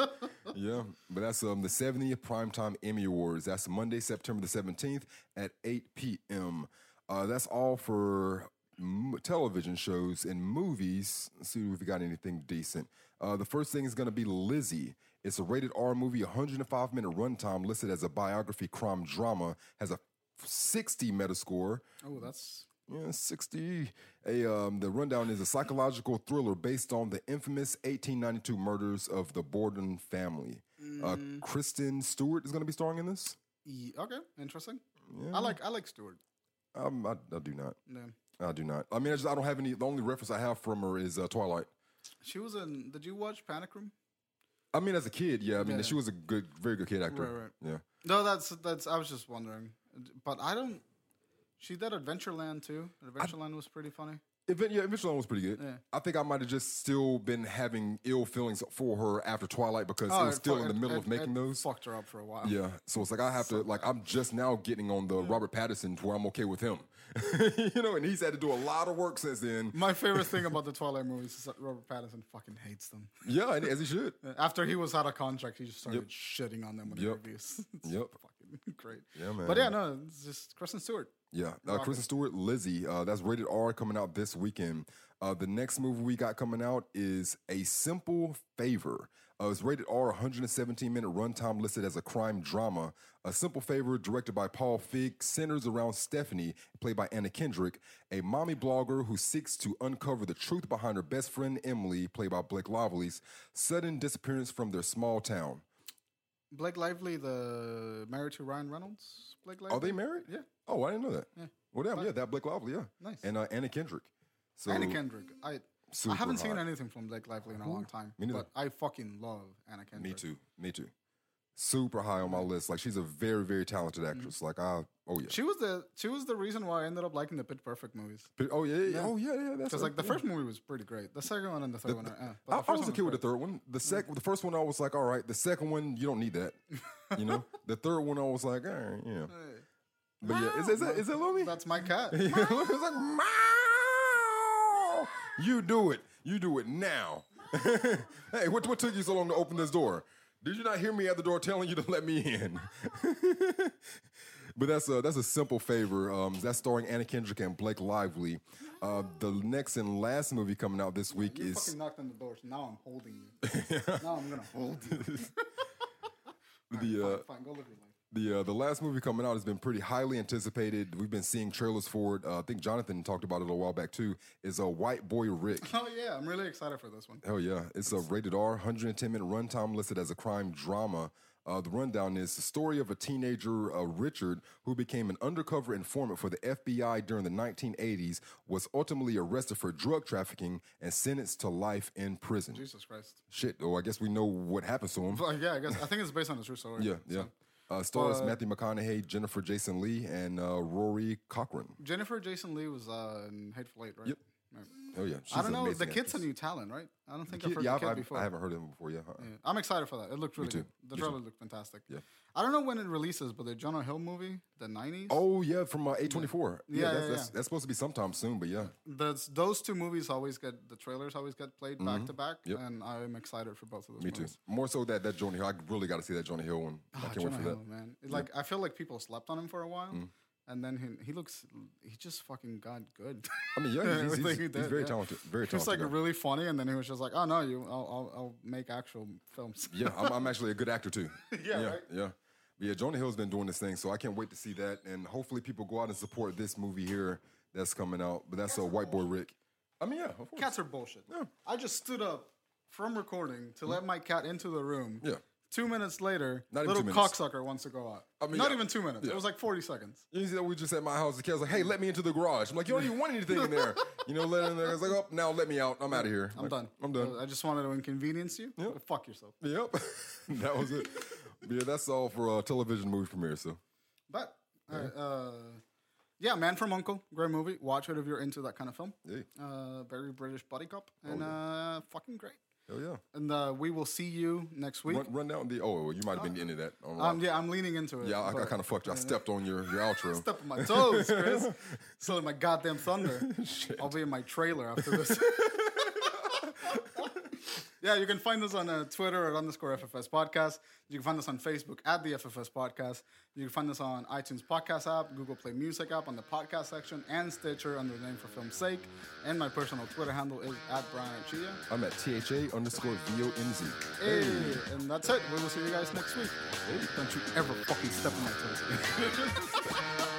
[SPEAKER 2] yeah, but that's um, the 70th Primetime Emmy Awards. That's Monday, September the 17th at 8 p.m. Uh, that's all for m- television shows and movies. Let's see if we got anything decent. Uh, the first thing is going to be Lizzie. It's a rated R movie, 105 minute runtime, listed as a biography crime drama, has a 60 metascore.
[SPEAKER 1] Oh, that's
[SPEAKER 2] Yeah, 60. A, um, the rundown is a psychological thriller based on the infamous 1892 murders of the Borden family.
[SPEAKER 1] Mm-hmm.
[SPEAKER 2] Uh, Kristen Stewart is going to be starring in this.
[SPEAKER 1] e- okay. Interesting. I
[SPEAKER 2] Mm.
[SPEAKER 1] like I like Stewart.
[SPEAKER 2] Um, I, I do not.
[SPEAKER 1] Yeah.
[SPEAKER 2] I do not. I mean, I just I don't have any. The only reference I have from her is uh, Twilight.
[SPEAKER 1] She was in. Did you watch Panic Room?
[SPEAKER 2] I mean, as a kid, yeah. I mean,
[SPEAKER 1] Yeah.
[SPEAKER 2] she was a good, very good kid actor.
[SPEAKER 1] Right, right.
[SPEAKER 2] Yeah.
[SPEAKER 1] No, that's that's. I was just wondering, but I don't. She did Adventureland too. Adventureland was pretty funny.
[SPEAKER 2] Event, yeah, Eventually was pretty good.
[SPEAKER 1] Yeah.
[SPEAKER 2] I think I might have just still been having ill feelings for her after Twilight because it was still
[SPEAKER 1] fu-
[SPEAKER 2] in the middle of
[SPEAKER 1] it-
[SPEAKER 2] making
[SPEAKER 1] it
[SPEAKER 2] those.
[SPEAKER 1] Fucked her up for a while.
[SPEAKER 2] Yeah, so it's like I have to like I'm just now getting on the Robert Pattinson to where I'm okay with him, you know, and he's had to do a lot of work since then.
[SPEAKER 1] My favorite thing about the Twilight movies is that Robert Pattinson fucking hates them.
[SPEAKER 2] Yeah, and as he should.
[SPEAKER 1] After he was out of contract, he just started shitting on them with
[SPEAKER 2] Yep.
[SPEAKER 1] interviews. It's
[SPEAKER 2] Yep.
[SPEAKER 1] fucking great.
[SPEAKER 2] Yeah, man.
[SPEAKER 1] But yeah, no, it's just Kristen Stewart.
[SPEAKER 2] Yeah, uh, Kristen Stewart, Lizzie. Uh, that's rated R coming out this weekend. Uh, the next movie we got coming out is A Simple Favor. Uh, it's rated R, 117 minute runtime, listed as a crime drama. A Simple Favor, directed by Paul Fig, centers around Stephanie, played by Anna Kendrick, a mommy blogger who seeks to uncover the truth behind her best friend Emily, played by Blake Lively's sudden disappearance from their small town.
[SPEAKER 1] Blake Lively, the married to Ryan Reynolds. Blake Lively.
[SPEAKER 2] Are they married?
[SPEAKER 1] Yeah.
[SPEAKER 2] Oh, I didn't know that. Yeah. Well, damn, yeah, that Blake Lively, yeah.
[SPEAKER 1] Nice.
[SPEAKER 2] And uh, Anna Kendrick. So,
[SPEAKER 1] Anna Kendrick. I I
[SPEAKER 2] Super
[SPEAKER 1] haven't seen
[SPEAKER 2] hot.
[SPEAKER 1] anything from Blake Lively in a long time.
[SPEAKER 2] Me neither.
[SPEAKER 1] But I fucking love Anna Kendrick.
[SPEAKER 2] Me too. Me too. Super high on my list. Like she's a very, very talented
[SPEAKER 1] Mm-hmm.
[SPEAKER 2] actress. Like I, oh yeah,
[SPEAKER 1] She was the she was the reason why I ended up liking the Pitch Perfect movies.
[SPEAKER 2] But- oh yeah, yeah, oh yeah, yeah. That's
[SPEAKER 1] Because
[SPEAKER 2] her. Mm-hmm.
[SPEAKER 1] like the first movie was pretty great. The second one and the third one. Are, eh, but
[SPEAKER 2] I,
[SPEAKER 1] the
[SPEAKER 2] I
[SPEAKER 1] first
[SPEAKER 2] was a
[SPEAKER 1] one
[SPEAKER 2] kid with the
[SPEAKER 1] great. Mm-hmm.
[SPEAKER 2] third one. The sec, the first one I was like, all right. The second one, you don't need that. You know. the third one, I was like, all right, yeah. But yeah, is, is that is that Lomi?
[SPEAKER 1] That's my cat.
[SPEAKER 2] it's like meow. You do it. You do it now. hey, what what took you so long to open this door? Did you not hear me at the door telling you to let me in? But that's a that's a simple favor. Um, that's starring Anna Kendrick and Blake Lively. Uh, the next and last movie coming out this week
[SPEAKER 1] You
[SPEAKER 2] is
[SPEAKER 1] fucking knocked on the door. So now I'm holding you. now I'm gonna hold you.
[SPEAKER 2] the uh,
[SPEAKER 1] Fine, go live your life.
[SPEAKER 2] the uh, the last movie coming out has been pretty highly anticipated. We've been seeing trailers for it. Uh, I think Jonathan talked about it a while back too. Is a White Boy Rick.
[SPEAKER 1] Oh yeah, I'm really excited for this one.
[SPEAKER 2] Hell yeah. It's a rated R, 110 minute runtime listed as a crime drama. Uh, the rundown is the story of a teenager, uh, Richard, who became an undercover informant for the FBI during the 1980s, was ultimately arrested for drug trafficking and sentenced to life in prison.
[SPEAKER 1] Jesus Christ.
[SPEAKER 2] Shit, oh, I guess we know what happens to him.
[SPEAKER 1] But yeah, I guess I think it's based on a true story.
[SPEAKER 2] Yeah, yeah. Uh, stars Matthew McConaughey, Jennifer Jason Lee, and uh, Rory Cochrane.
[SPEAKER 1] Jennifer Jason Lee was uh, in Hateful Eight, right? Yep.
[SPEAKER 2] Oh yeah, she's
[SPEAKER 1] I don't
[SPEAKER 2] an
[SPEAKER 1] know. The
[SPEAKER 2] amazing
[SPEAKER 1] kid's a
[SPEAKER 2] actress.
[SPEAKER 1] new talent, right? I don't think I've heard
[SPEAKER 2] yeah,
[SPEAKER 1] the
[SPEAKER 2] I've,
[SPEAKER 1] kid
[SPEAKER 2] I've,
[SPEAKER 1] before.
[SPEAKER 2] I haven't heard of him before. Yeah, uh-uh.
[SPEAKER 1] Yeah, I'm excited for that. It looked really good. The trailer looked fantastic. Yeah. I don't know when it releases, but the Jonah Hill movie, the '90s.
[SPEAKER 2] Oh yeah, from uh, A24. Yeah,
[SPEAKER 1] Yeah,
[SPEAKER 2] that's,
[SPEAKER 1] yeah,
[SPEAKER 2] That's,
[SPEAKER 1] yeah.
[SPEAKER 2] that's supposed to be sometime soon, but yeah.
[SPEAKER 1] That's, those two movies always get the trailers always get played back to back, and I'm excited for both of those.
[SPEAKER 2] Mm-hmm. Me too.
[SPEAKER 1] movies.
[SPEAKER 2] More so that that Jonah Hill. I really got to see that Jonah Hill one. I can't
[SPEAKER 1] Ah, Jonah
[SPEAKER 2] wait for that.
[SPEAKER 1] Hill,
[SPEAKER 2] Mm.
[SPEAKER 1] man. It, Like I feel like people slept on him for a while, and then he, he looks he just fucking got good.
[SPEAKER 2] I mean, yeah, he's,
[SPEAKER 1] Everything
[SPEAKER 2] he's,
[SPEAKER 1] he
[SPEAKER 2] he's
[SPEAKER 1] did,
[SPEAKER 2] very
[SPEAKER 1] yeah.
[SPEAKER 2] talented. Very
[SPEAKER 1] He was
[SPEAKER 2] talented.
[SPEAKER 1] like
[SPEAKER 2] guy.
[SPEAKER 1] really funny, and then he was just like, "Oh no, you, I'll, I'll, I'll make actual films."
[SPEAKER 2] yeah, I'm, I'm actually a good actor too.
[SPEAKER 1] Yeah,
[SPEAKER 2] yeah,
[SPEAKER 1] right?
[SPEAKER 2] yeah. But yeah, Jonah Hill's been doing this thing, so I can't wait to see that. And hopefully, people go out and support this movie here that's coming out. But that's a White Boy Rick. I mean, yeah, of course.
[SPEAKER 1] Cats are bullshit. I just stood up from recording to let my cat into the room.
[SPEAKER 2] Mm. Yeah.
[SPEAKER 1] Two minutes later,
[SPEAKER 2] Not even
[SPEAKER 1] little
[SPEAKER 2] two minutes.
[SPEAKER 1] cocksucker wants to go out.
[SPEAKER 2] mean,
[SPEAKER 1] Not
[SPEAKER 2] yeah.
[SPEAKER 1] even two minutes.
[SPEAKER 2] Yeah.
[SPEAKER 1] It was like forty seconds.
[SPEAKER 2] You see that we just at my house. The cat's like, "Hey, let me into the garage." I'm like, "You don't even want anything in there." You know, let it in there. It's like, "Oh, now let me out. I'm out of here.
[SPEAKER 1] I'm done.
[SPEAKER 2] I'm done."
[SPEAKER 1] I just wanted to inconvenience you. Fuck yourself.
[SPEAKER 2] Yep, that was it. But yeah, that's all for uh, television movie premiere. So.
[SPEAKER 1] But uh, uh, yeah, Man from Uncle, great movie. Watch it if you're into that kind of film.
[SPEAKER 2] Yeah.
[SPEAKER 1] Uh, very British buddy cop, and uh, fucking great.
[SPEAKER 2] Oh yeah.
[SPEAKER 1] And uh, we will see you next week.
[SPEAKER 2] Run, run down the. Oh, well, you might have been into that. On
[SPEAKER 1] Um, yeah, I'm leaning into it.
[SPEAKER 2] yeah, I, I
[SPEAKER 1] but-
[SPEAKER 2] kind of fucked. you. I stepped on your your outro.
[SPEAKER 1] Step on my toes, Chris. Selling my goddamn thunder. I'll be in my trailer after this. yeah, you can find us on uh, Twitter at underscore FFS podcast. You can find us on Facebook at the FFS podcast. You can find us on iTunes podcast app, Google Play Music app on the podcast section, and Stitcher under the name for film's sake. And my personal Twitter handle is at Brian Chia.
[SPEAKER 2] I'm at tha underscore vonz.
[SPEAKER 1] Hey, and that's it. We will see you guys next week. Don't you ever fucking step on my toes.